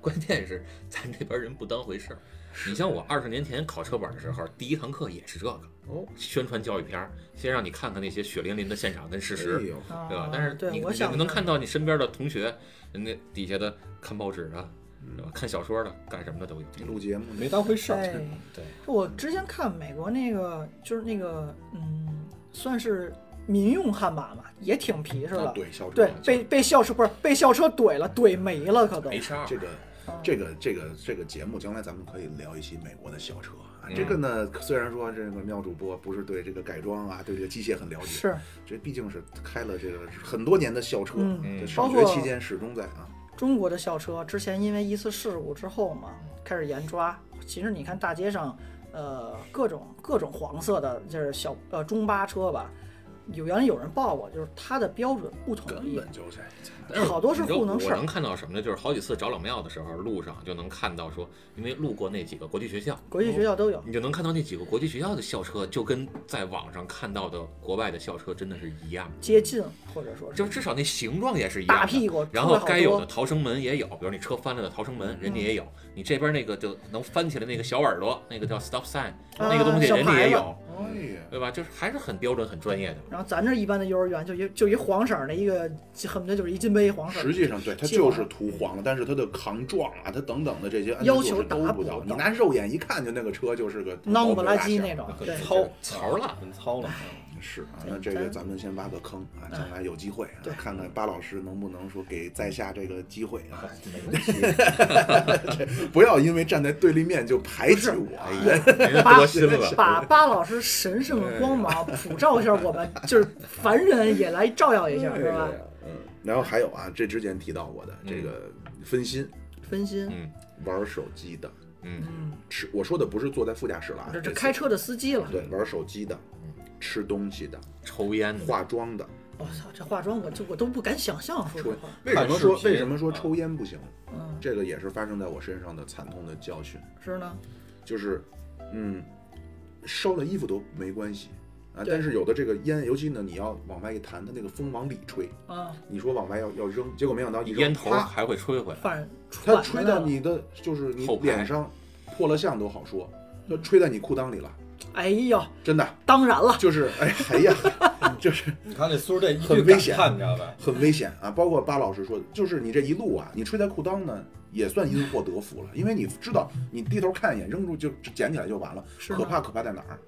S5: 关键是咱这边人不当回事儿。你像我二十年前考车本的时候，第一堂课也是这个
S1: 哦，
S5: 宣传教育片儿，先让你看看那些血淋淋的现场跟事实。
S1: 哎呦，
S3: 啊
S5: 对吧？但是
S3: 对
S5: 你
S3: 我
S5: 你
S3: 想
S5: 能
S3: 象
S5: 看到你身边的同学，人家底下的看报纸的，对吧？看小说的，干什么的都有。
S1: 你录节目呢
S4: 没当回事儿，
S3: 哎，
S5: 对，
S3: 我之前看美国那个，就是那个，嗯，算是民用悍马嘛，也挺皮实
S1: 啊
S3: 的。
S1: 对，小
S3: 对
S1: 主，
S3: 被被校车不是被校车怼了，怼没了，可都。
S5: 没事儿，
S1: 这个
S3: 嗯
S1: 这个这个这个节目，将来咱们可以聊一期美国的校车啊。
S5: 嗯
S1: 这个呢，虽然说这个妙主播不是对这个改装啊，对这个机械很了解，
S3: 是
S1: 这毕竟是开了这个很多年的校车，
S3: 嗯
S1: 这
S5: 嗯
S1: 上
S3: 包
S1: 学
S3: 括
S1: 期间始终在啊。
S3: 中国的校车之前因为一次事故之后嘛，开始严抓。其实你看大街上，呃，各种各种黄色的，就是小呃中巴车吧，有原来有人报过，就是它的标准不统
S1: 根
S3: 一。
S1: 本就是，
S5: 但是
S3: 好多是
S5: 你知道
S3: 糊弄事
S5: 我
S3: 儿
S5: 能看到什么呢？就是好几次找老庙的时候，路上就能看到说，因为路过那几个国际学校，
S3: 国际学校都有，
S5: 你就能看到那几个国际学校的校车，就跟在网上看到的国外的校车真的是一样，
S3: 接近或者说是
S5: 就至少那形状也是一样的。
S3: 大屁股，
S5: 然
S3: 出
S5: 后
S3: 来好
S5: 该有
S3: 多嗯
S5: 的逃生门也有，比如你车翻了的逃生门，人家也有。你这边那个就能翻起来那个小耳朵，那个叫 stop sign，、那个东西
S3: 小
S5: 人家
S3: 啊牌
S5: 也
S3: 子嗯
S5: 有，
S1: 哎呀，
S5: 对吧？就是还是很标准、很专业的。
S3: 然后咱这一般的幼儿园就一就一黄色儿的一个，恨不得就是一金杯一黄色儿的。
S1: 实际上，对它
S3: 嗯基本
S1: 就
S3: 上
S1: 是涂黄了，但是它的抗撞啊，它等等的这些安全
S3: 要
S1: 措施
S3: 求
S1: 都
S3: 达
S1: 不
S3: 不
S1: 到。
S3: 到
S1: 你拿肉眼一看，就那个车就是个
S3: 孬不拉几
S1: 几
S3: 那种，对
S4: 很，糙啊
S5: 槽了
S4: 很糙了。
S1: 是啊，
S3: 对
S1: 那这个
S3: 咱哎
S1: 咱们先挖个坑啊，将来有机会啊
S3: 对，
S1: 看看巴老师能不能说给在下这个机会啊，
S3: 哎
S1: 不要因为站在对立面就排挤我
S3: 哎
S1: 啊。
S5: 人家
S3: 八
S5: 多心了。
S3: 把巴老师神圣的光芒普照一下我们，就是凡人也来照耀一下，是吧？
S1: 哎呀嗯，然后还有啊，这之前提到过的
S3: 嗯
S1: 这个分心
S3: 分心。
S5: 嗯
S1: 玩手机的，
S5: 嗯，
S3: 嗯，
S1: 吃我说的不是坐在副驾驶了啊，
S3: 这这
S1: 次
S3: 开车嗯的司机了。
S1: 对玩手机的，吃东西的，
S5: 抽烟的，
S1: 化妆的，
S3: 我操，这化妆我就我都不敢想象，说实
S1: 抽
S3: 话。
S1: 为什么说
S4: 看视频
S1: 为什么说抽烟不行？
S3: 嗯，
S1: 这个也是发生在我身上的惨痛的教训，
S3: 是呢，
S1: 就是，嗯，烧了衣服都没关系啊，
S3: 对
S1: 但是有的这个烟，尤其呢你要往外一弹，它那个风往里吹，
S3: 啊，
S1: 你说往外要要扔，结果没想到一扔
S5: 烟头
S1: 啪
S5: 还会吹回来。
S3: 反
S1: 它
S3: 传
S1: 吹
S3: 回来
S1: 到
S3: 了。
S1: 你的就是你
S5: 后排
S1: 脸上破了相都好说，就吹在你裤裆里了，
S3: 哎呦，
S1: 真的
S3: 当然了，
S1: 就是哎哎呀， 就是
S4: 你看这苏儿这一
S1: 很
S4: 句
S1: 危
S4: 感
S1: 险
S4: 叹，你知道吧？
S1: 很危险啊！包括巴老师说的，就是你这一路啊，你吹在裤裆呢，也算因祸得福了，因为你知道你低头看一眼，扔住就就捡起来就完了。
S3: 是啊吗
S1: 可怕可怕在哪儿？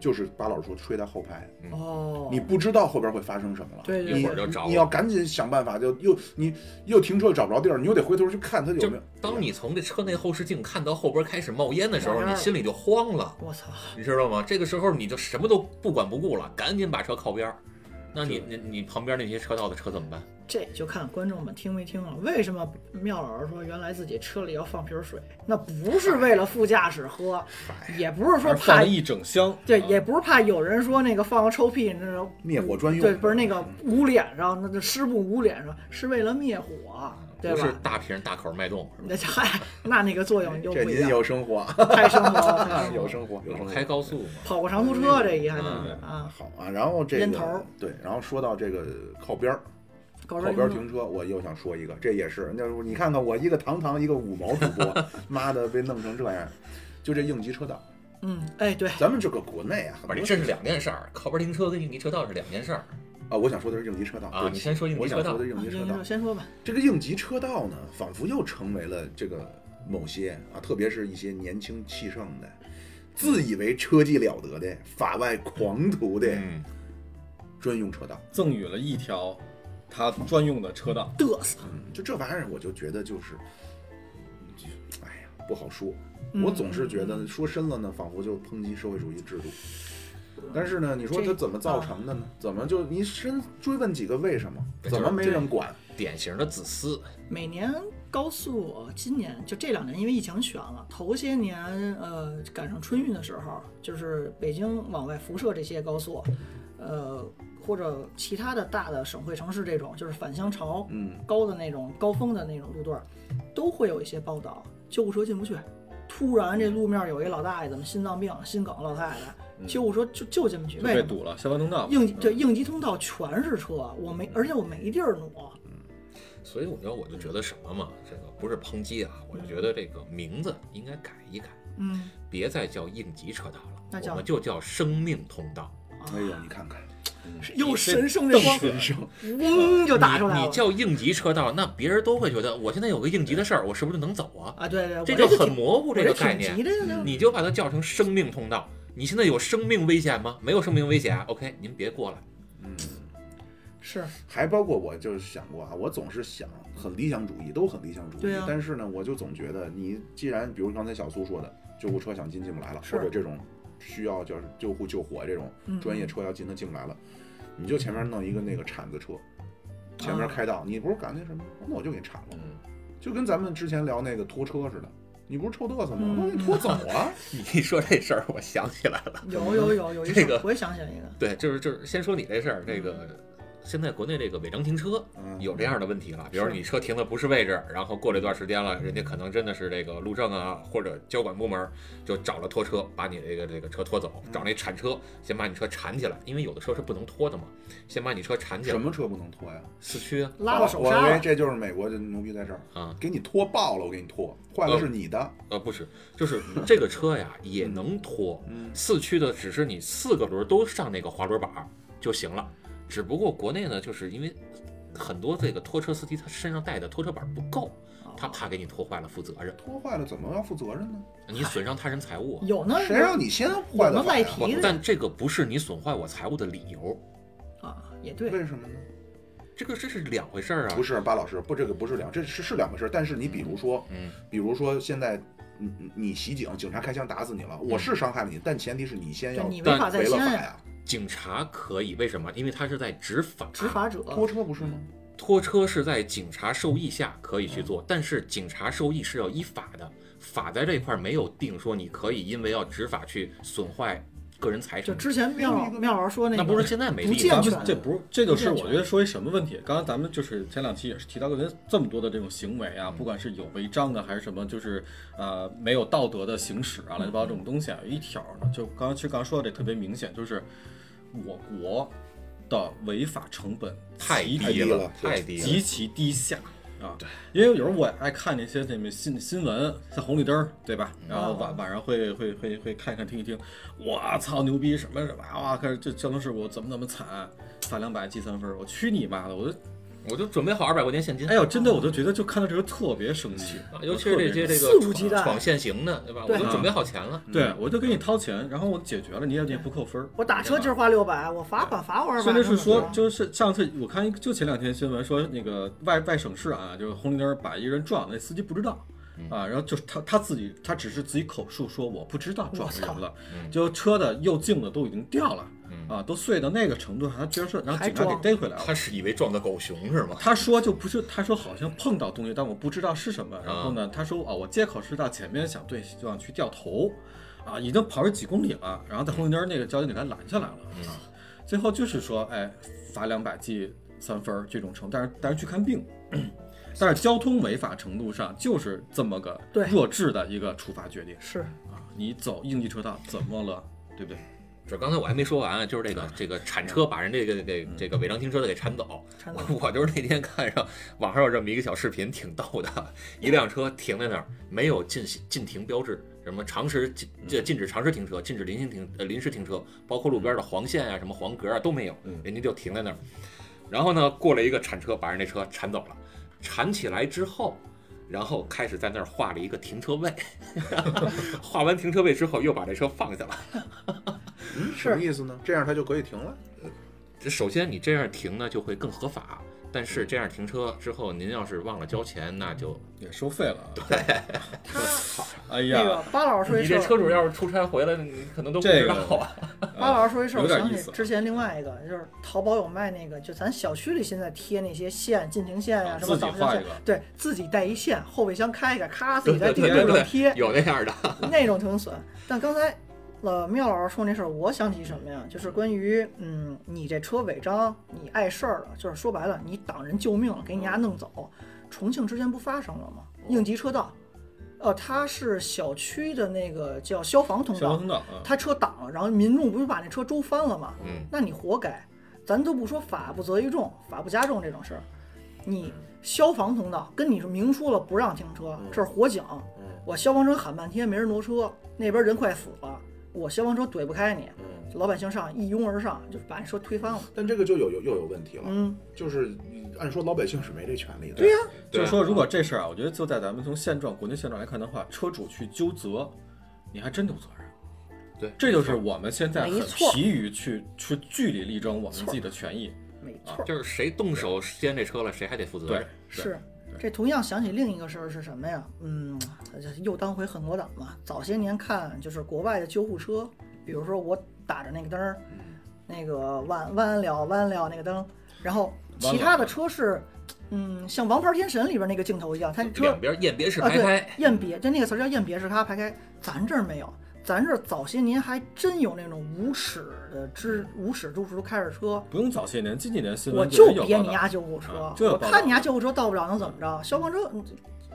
S1: 就是巴老师说吹在后排，
S3: 哦，
S1: 你不知道后边会发生什么了。
S3: 对对
S1: 你
S5: 一会儿就着了
S1: 你要赶紧想办法，就又你又停车找不着地儿，你又得回头去看他有
S5: 就
S1: 没有。
S5: 当你从这车内后视镜看到后边开始冒烟的时
S3: 冒
S5: 候，
S3: 烟
S5: 你
S3: 了
S5: 心里就慌了，
S3: 我操，
S5: 你知道吗？这个时候你就什么都不管不顾了，赶紧把车靠边儿。那你
S1: 是
S5: 你你旁边那些车道的车怎么办？
S3: 这就看观众们听没听了。为什么妙老师说原来自己车里要放瓶水？那不是为了副驾驶喝，也不是说
S4: 而放
S3: 怕
S4: 了一整箱，
S3: 对，
S4: 啊
S3: 也不是怕有人说那个放个臭屁，那种
S1: 灭火专用
S3: 对，不是那个捂脸上，那就湿布捂脸上，是为了灭火，对
S5: 不是
S3: 吧？
S5: 大瓶大口脉动，
S3: 那嗨，那那个作用就
S1: 这
S3: 不一
S1: 您
S3: 样，
S1: 有生活，
S3: 太生活了，太嗯 生活
S1: 有生活，有
S3: 了
S1: 生活。
S5: 开高速嘛。
S3: 跑过长途车这一下就
S5: 嗯
S3: 是啊，
S1: 好啊，然后这
S3: 烟头
S1: 个对，然后说到这个靠边儿，
S3: 搞
S1: 靠
S3: 这
S1: 边儿
S3: 运动
S1: 停车，我又想说一个，这也是，那是你看看我一个堂堂一个五毛主播，妈的被弄成这样，就这应急车道，
S3: 嗯，哎，对，
S1: 咱们这个国内啊，很
S5: 不是，
S1: 多
S5: 这是两件事儿，靠边停车跟应急车道是两件事儿
S1: 啊，我想说的是应急车道
S5: 啊
S1: 对。不
S5: 你
S1: 起
S5: 先说应
S1: 我
S5: 急
S1: 想
S5: 车
S1: 说
S5: 道
S1: 的，是应急车道
S3: 先，先说吧，
S1: 这个应急车道呢，仿佛又成为了这个某些啊，特别是一些年轻气盛的。自以为车技了得的法外狂徒的
S5: 嗯，
S1: 专用车道，
S4: 赠予了一条他专用的车道。
S3: 嘚瑟，
S1: 嗯就这玩意儿，我就觉得就是，就哎呀，不好说。
S3: 嗯
S1: 我总是觉得说深了呢，仿佛就抨击社会主义制度。但是呢，你说它
S3: 这啊
S1: 怎么造成的呢？怎么就你深追问几个为什么？
S5: 对
S1: 怎么没人管？
S5: 典型的自私。
S3: 每年高速，呃今年就这两年因为疫情悬了，头些年呃赶上春运的时候，就是北京往外辐射这些高速，呃或者其他的大的省会城市这种就是返乡潮
S1: 嗯，
S3: 高的那种高峰的那种路段，都会有一些报道，救护车进不去，突然这路面有一老大爷怎么心脏病、心梗，老太太，救护车就就进不去，
S4: 嗯就
S3: 为
S4: 被
S3: 什么？
S4: 堵了，消防通道嘛。
S3: 应对应急通道全是车，我没，而且我没地儿挪。
S5: 所以我觉得我就觉得什么嘛，这个不是抨击啊，我就觉得这个名字应该改一改，
S3: 嗯，
S5: 别再叫应急车道
S3: 那
S5: 了，
S3: 叫
S5: 我们就叫生命通道。
S3: 啊
S1: 哎呦，你看看，
S3: 又神圣的
S4: 邓
S3: 光，
S4: 神生，
S3: 嗡就打出来
S5: 你
S3: 了。
S5: 你叫应急车道，那别人都会觉得我现在有个应急的事儿，我是不是就能走啊？
S3: 啊，对对，我
S5: 这
S3: 就
S5: 就很模糊这个概念。嗯
S3: 这个
S5: 你就把它叫成生命通道。你现在有生命危险吗？没有生命危险，OK，您啊
S3: 嗯
S5: 别过来。
S1: 嗯，
S3: 是
S1: 还包括我就是想过啊，我总是想很理想主义，都很理想主义
S3: 对，啊
S1: 但是呢，我就总觉得你既然比如刚才小苏说的，救护车想进进不来了，
S3: 是
S1: 或者这种需要就是救护救火这种
S3: 嗯
S1: 专业车要进它进不来了，你就前面弄一个那个铲子车，前
S3: 啊
S1: 面开道，你不是赶那什么，那我就给铲了，
S3: 嗯
S1: 就跟咱们之前聊那个拖车似的，你不是臭嘚瑟吗？
S3: 嗯
S1: 我给你拖走 啊！
S5: 你说这事儿，我想起来了。
S3: 有有有有一
S5: 这
S3: 事儿
S5: 个
S3: 我也想起来一个，
S5: 对，就是就是，先说你这事儿，这个现在国内这个违章停车
S1: 嗯
S5: 有这样的问题了，比如
S3: 是
S5: 你车停的不是位置，然后过了一段时间了，人家可能真的是这个路政啊或者交管部门儿就找了拖车把你这个这个车拖
S1: 嗯
S5: 走，找那铲车先把你车铲起来，因为有的车是不能拖的嘛，先把你车铲起
S1: 什
S5: 来。
S1: 么车不能拖呀？
S5: 四驱啊
S3: 拉到手
S1: 哦我
S3: 刹
S1: 以为
S3: 了，
S1: 这就是美国就牛逼在这儿，
S5: 啊，
S1: 给你拖爆了，我给你拖坏了是你的，
S5: 呃，不是，就是这个车呀也能拖，
S1: 嗯
S5: 四驱的只是你四个轮儿都上那个滑轮板儿就行了。只不过国内呢，就是因为很多这个拖车司机他身上带的拖车板儿不够，
S1: 哦
S5: 他怕给你拖坏了负责任，
S1: 拖坏了怎么要负责任呢？
S5: 你损伤他人财物啊。
S3: 有呢，
S1: 谁让你先坏的
S3: 有
S1: 早
S3: 那赖
S1: 呀？
S3: 皮
S5: 不
S3: 的
S5: 但这个不是你损坏我财物的理由，
S3: 啊？也对，
S1: 为什么呢？
S5: 这个这是两回事儿啊。
S1: 不是巴老师，不，这个不是两，这是是两回事儿。但是你比如说，
S5: 嗯，
S1: 比如说现在你你你袭警，警察开枪打死你了，我是伤害了你，但前提是你先要
S3: 对你
S1: 违
S3: 违
S1: 了
S3: 法在先
S1: 法
S3: 呀，
S1: 呀。
S5: 警察可以，为什么？因为他是在执法。
S1: 啊
S3: 执法者
S1: 拖车不是吗？
S5: 拖车是在警察授意下可以去做，但是警察授意是要依法的，法在这一块没有定说你可以因为要执法去损坏个人财
S3: 就
S5: 产，
S3: 之前妙老妙老师说那
S5: 那
S3: 个，
S5: 不是现在没
S3: 不
S5: 立
S3: 健
S5: 吗？
S4: 咱
S3: 全
S4: 们这不是，这就是
S3: 不健
S4: 我
S3: 全
S4: 觉得说一什么问题？刚刚咱们就是前两期也是提到过，人这么多的这种行为啊，不管是有违章的还是什么，就是呃没有道德的行驶啊，乱七八糟这种东西啊，有一条呢，就刚刚其实刚刚说的这特别明显，就是我国的违法成本
S5: 太
S4: 极
S1: 太
S5: 低
S1: 低
S5: 了
S1: 了，
S5: 太低了
S4: 极。其低下啊。对，因为有时候我也爱看那些那个新新闻，像红绿灯儿，对吧？然后
S5: 哦
S4: 晚晚上会会会会看一看听一听，我操牛逼什么什么啊哇，看这交通事故怎么怎么惨，罚两百记三分儿，我去你妈的！我就
S5: 我就准备好二百块钱现金。
S4: 哎呦，真的我就觉得就看到这个特别生气
S5: 啊，尤其是这些这
S3: 肆
S5: 个
S3: 无忌惮
S5: 闯闯现行的，对吧？
S3: 对
S5: 我都准备好钱了。
S4: 对我就给你掏钱，然后我解决了，你也你也不扣分儿。
S5: 嗯
S3: 我打车今儿花六百，我罚款罚我二百。
S4: 甚至是说，
S3: 就
S4: 就是上次我看一就前两天新闻说，那个外外省市啊，就是红绿灯把一人撞了，那司机不知道。啊，然后就是他他自己，他只是自己口述说我不知道撞了人了，就车的右镜子都已经掉了，啊，都碎到那个程度，他居然说，然后警察
S3: 还
S4: 给
S3: 撞
S4: 逮回来了。
S5: 他是以为撞到狗熊是吗？
S4: 他说就不是，他说好像碰到东西，但我不知道是什么。然后呢，他说啊，我借口是到前面想对想去掉头，啊，已经跑了几公里了，然后在红绿灯那个交警给他拦下来了。啊，最后就是说，哎，罚两百记三分儿这种程度，但是但是去看病。但是交通违法程度上就是这么个
S3: 对
S4: 弱智的一个处罚决定
S3: 是
S4: 啊！你走应急车道怎么了？对不对？
S5: 这刚才我还没说完啊，就是这个这个铲车把人这个给这个违章停车的给铲走。
S3: 缠斗
S5: 我我就是那天看上网上有这么一个小视频，挺逗的，一辆车停在那儿，没有禁禁停标志，什么常时禁禁禁止常时停车，禁止临时停呃临时停车，包括路边的黄线啊、什么黄格啊都没有
S4: 嗯，
S5: 人家就停在那儿。然后呢，过来一个铲车，把人那车铲走了，铲起来之后。然后开始在那儿画了一个停车位， 画完停车位之后又把这车放下了。
S1: 嗯，什么意思呢？这样他就可以停了。
S5: 这首先你这样停呢就会更合法，但是这样停车之后，您要是忘了交钱，那就
S4: 也收费了啊。
S3: 他
S4: 哎
S3: 那个
S4: 呀，
S3: 巴老师说一
S5: 你
S3: 事
S5: 这车
S3: 儿，
S5: 主要是出差回来，你可能都不知道啊。
S3: 巴老师说一事儿，
S4: 有
S3: 我
S4: 点
S3: 想
S4: 意
S3: 起
S4: 思啊
S3: 之前另外一个，就是淘宝有卖那个，就咱小区里现在贴那些线，禁停哎线呀、
S4: 啊
S3: 什么
S4: 自己
S3: 导向
S4: 画
S3: 线
S4: 一个，
S3: 对自己带一线，后备箱开开，咔自己在
S5: 对
S3: 地
S5: 对
S3: 图
S5: 对
S3: 上
S5: 对
S3: 贴，，
S5: 有那样的。
S3: 那种挺损。但刚才呃妙老师说那事儿，我想起什么呀？就是关于嗯，你这车违章，你碍事儿了，就是说白了，你挡人救命了，给你丫弄走。重庆之前不发生了吗？应急车道，呃，它是小区的那个叫消防通
S4: 消
S3: 道
S4: 防通，道啊，
S3: 他车挡了，然后民众不是把那车周翻了吗？
S5: 嗯，
S3: 那你活该。咱都不说法不责一重，法不加重这种事儿，你消防通道跟你是明说了不让停车，这是火警，我消防车喊半天没人挪车，那边人快死了，我消防车怼不开你，老百姓上一拥而上就把你车推翻了。
S1: 但这个就有有又有问题了，
S3: 嗯，
S1: 就是按说老百姓是没这权利的。
S3: 对呀、
S5: 对
S4: 就
S5: 啊
S4: 是说，如果这事儿啊，我觉得就在咱们从现状、国内现状来看的话，车主去纠责，你还真有责任。
S5: 对
S4: 这就是我们现在很
S3: 没错
S4: 疲于去去据理力争我们自己的权益。
S3: 没错，
S5: 就是谁动手掀这车了，谁还得负责
S4: 对
S5: 任。，
S3: 是。这同样想起另一个事儿是什么呀？嗯，这又当回恨国党嘛。早些年看就是国外的救护车，比如说我打着那个灯儿，那个弯弯了弯了那个灯，然后其他的车是，嗯，像《王牌天神》里边那个镜头一样，它车
S5: 两边雁别是
S3: 啊，
S5: 排
S3: 对
S5: 开，，
S3: 雁别，就那个词儿叫雁别是咔排开，咱这儿没有，咱这儿早些年还真有那种无耻的之无耻之徒开着车，
S4: 不用早些年，近几年新
S3: 我
S4: 闻
S3: 就
S4: 有
S3: 别
S4: 报
S3: 你
S4: 道。
S3: 押救护车
S4: 啊，就有
S3: 我
S4: 报道
S3: 看你押救护车到不了能怎么着？消防车，你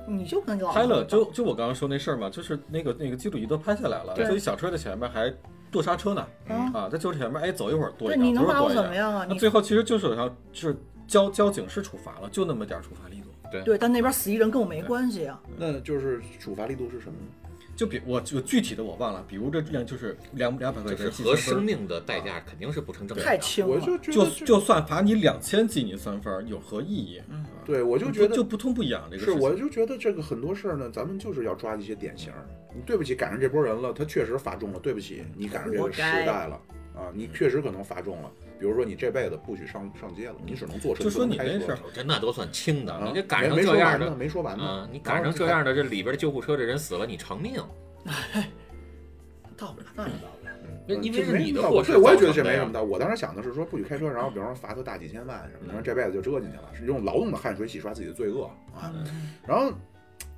S3: 你就跟老
S4: 拍了，就就我刚刚说那事儿嘛，就是那个那个记录仪都拍下来了，
S3: 对
S4: 所以小车在前面还跺刹车呢，
S3: 嗯
S4: 啊，在就是前面哎走一会儿跺
S3: 对
S4: 一下，
S3: 你能
S4: 不是
S3: 把
S4: 跺
S3: 我
S4: 一
S3: 怎
S4: 下
S3: 么？样啊？
S4: 那
S3: 你
S4: 最后其实就是要就是交交警是处罚了，就那么点儿处罚力度。
S3: 对，但那边死一人跟我没关系啊。
S1: 那就是处罚力度是什么呢？
S4: 就比我我具体的我忘了，比如这辆就是两两百块
S5: 就是
S4: 钱记
S5: 和
S4: 三分儿
S5: 生命的代价肯定是不成正比的。
S3: 太轻
S1: 我
S3: 了，
S1: 就觉得
S4: 就
S1: 这
S4: 就算罚你两千记你三分儿，有何意义？嗯，
S1: 对，我就
S4: 就
S1: 觉得
S4: 就不痛不痒这个
S1: 是，
S4: 事情。
S1: 我就觉得这个很多事儿呢，咱们就是要抓一些典型儿。你对不起，赶上这波人了，他确实罚中了。对不起，你赶上这
S3: 活
S1: 个时
S3: 该
S1: 代了啊，你确实可能罚中了。比如说你这辈子不许上上街了，你只能坐车，
S4: 就说
S1: 不
S4: 你
S1: 能开
S4: 那
S1: 车
S4: 事儿
S5: 这那都算轻的，
S1: 啊，
S5: 你这赶上
S1: 没没
S5: 这
S1: 说
S5: 样
S1: 完
S5: 的
S1: 呢，，没说完呢啊
S5: 嗯，，你赶上这样的，这里边救护车这人死了，你偿命。
S3: 到不了，那也到不了。
S1: 嗯，
S5: 那因为
S1: 这
S5: 是
S1: 没
S5: 你
S1: 什么
S5: 的
S1: 大
S5: 过
S1: 这
S5: 失
S1: 我也
S5: 造
S1: 觉得这
S5: 成的
S1: 没什
S5: 呀
S1: 么的。我当时想的是说不许开车，然后比方说罚他大几千万什
S5: 嗯
S1: 么的，然后这辈子就折进去了，是用劳动的汗水洗刷自己的罪恶啊。
S3: 嗯
S1: 然后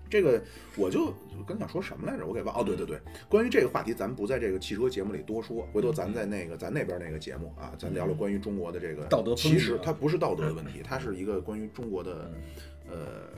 S1: 这个我就我刚想说什么来着，我给忘。哦，对对对，关于这个话题，咱们不在这个汽车节目里多说，回头咱
S5: 嗯
S1: 在那个咱那边那个节目啊，咱聊了关于中国的这个
S4: 道德分
S1: 其
S4: 离
S1: 实
S4: 啊
S1: 它不是道德的问 题，它是一个关于中国的
S5: 嗯
S1: 呃。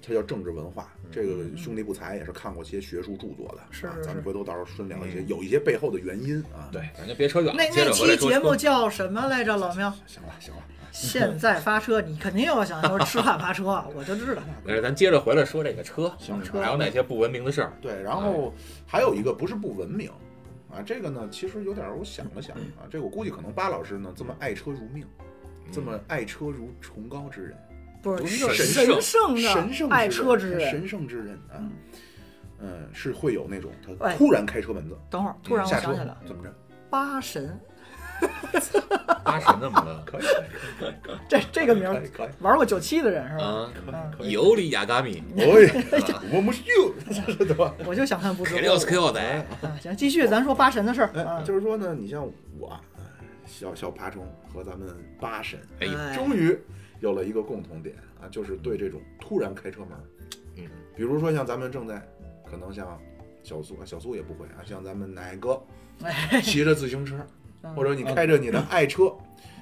S1: 它叫政治文化，这个兄弟不才也是看过些学术著作的，
S3: 是
S1: 啊
S3: 是
S1: 咱们
S3: 是
S1: 回头到时候顺聊一些，有一些背后的原因啊。
S4: 对
S5: 咱就别扯远了
S3: 那，
S5: 接
S3: 那
S5: 着回来
S3: 期
S5: 说
S3: 节目
S5: 车
S3: 叫什么来着，老喵？
S1: 行了行了，
S3: 现在发车，你肯定又想说吃饭发车，啊我就知道。
S5: 呃，咱接着回来说这个车，嗯
S1: 行
S3: 车
S5: 还有哪些不文明的事儿？
S1: 对，然后还有一个不是不文明啊，这个呢，其实有点儿我想了想啊，这个我估计可能巴老师呢这么爱车如命，
S3: 嗯
S1: 这么爱车如崇高之人，
S3: 不是
S5: 不是
S3: 一个
S5: 神圣
S3: 圣
S1: 神
S3: 的
S1: 圣
S3: 嗯爱车之
S1: 人，
S3: 人。
S1: 神圣之人啊
S3: 嗯，
S1: 嗯，是会有那种他
S3: 哎
S1: 突然开车门子
S3: 等会儿，突然我
S1: 下
S3: 想
S1: 车
S3: 起来了，嗯
S1: 怎么着？
S3: 八神，
S5: 八神怎么了？
S1: 可以
S3: 这这个名
S1: 可
S3: 儿
S1: 以可 以，
S3: 玩过九七的人是吧？
S5: 啊，
S3: 嗯，
S1: 可以
S5: 尤里亚嘎米，
S3: 哎
S1: 可以，我啊 们是 you，对吧？
S3: 我就想看不
S5: 凯
S3: 知
S5: 利奥斯 Q 仔，
S3: 啊，行，继续，咱说八神的事儿
S1: 哎，
S3: 啊。
S1: 就是说呢，你像我呃小小爬虫和咱们八神，
S5: 哎呀，
S3: 哎
S1: 终于有了一个共同点啊，就是对这种突然开车门儿，
S5: 嗯，
S1: 比如说像咱们正在，可能像小苏啊，小苏也不会啊，像咱们奶哥
S3: 哎，
S1: 骑着自行车，
S3: 嗯
S1: 或者你开着你的爱车，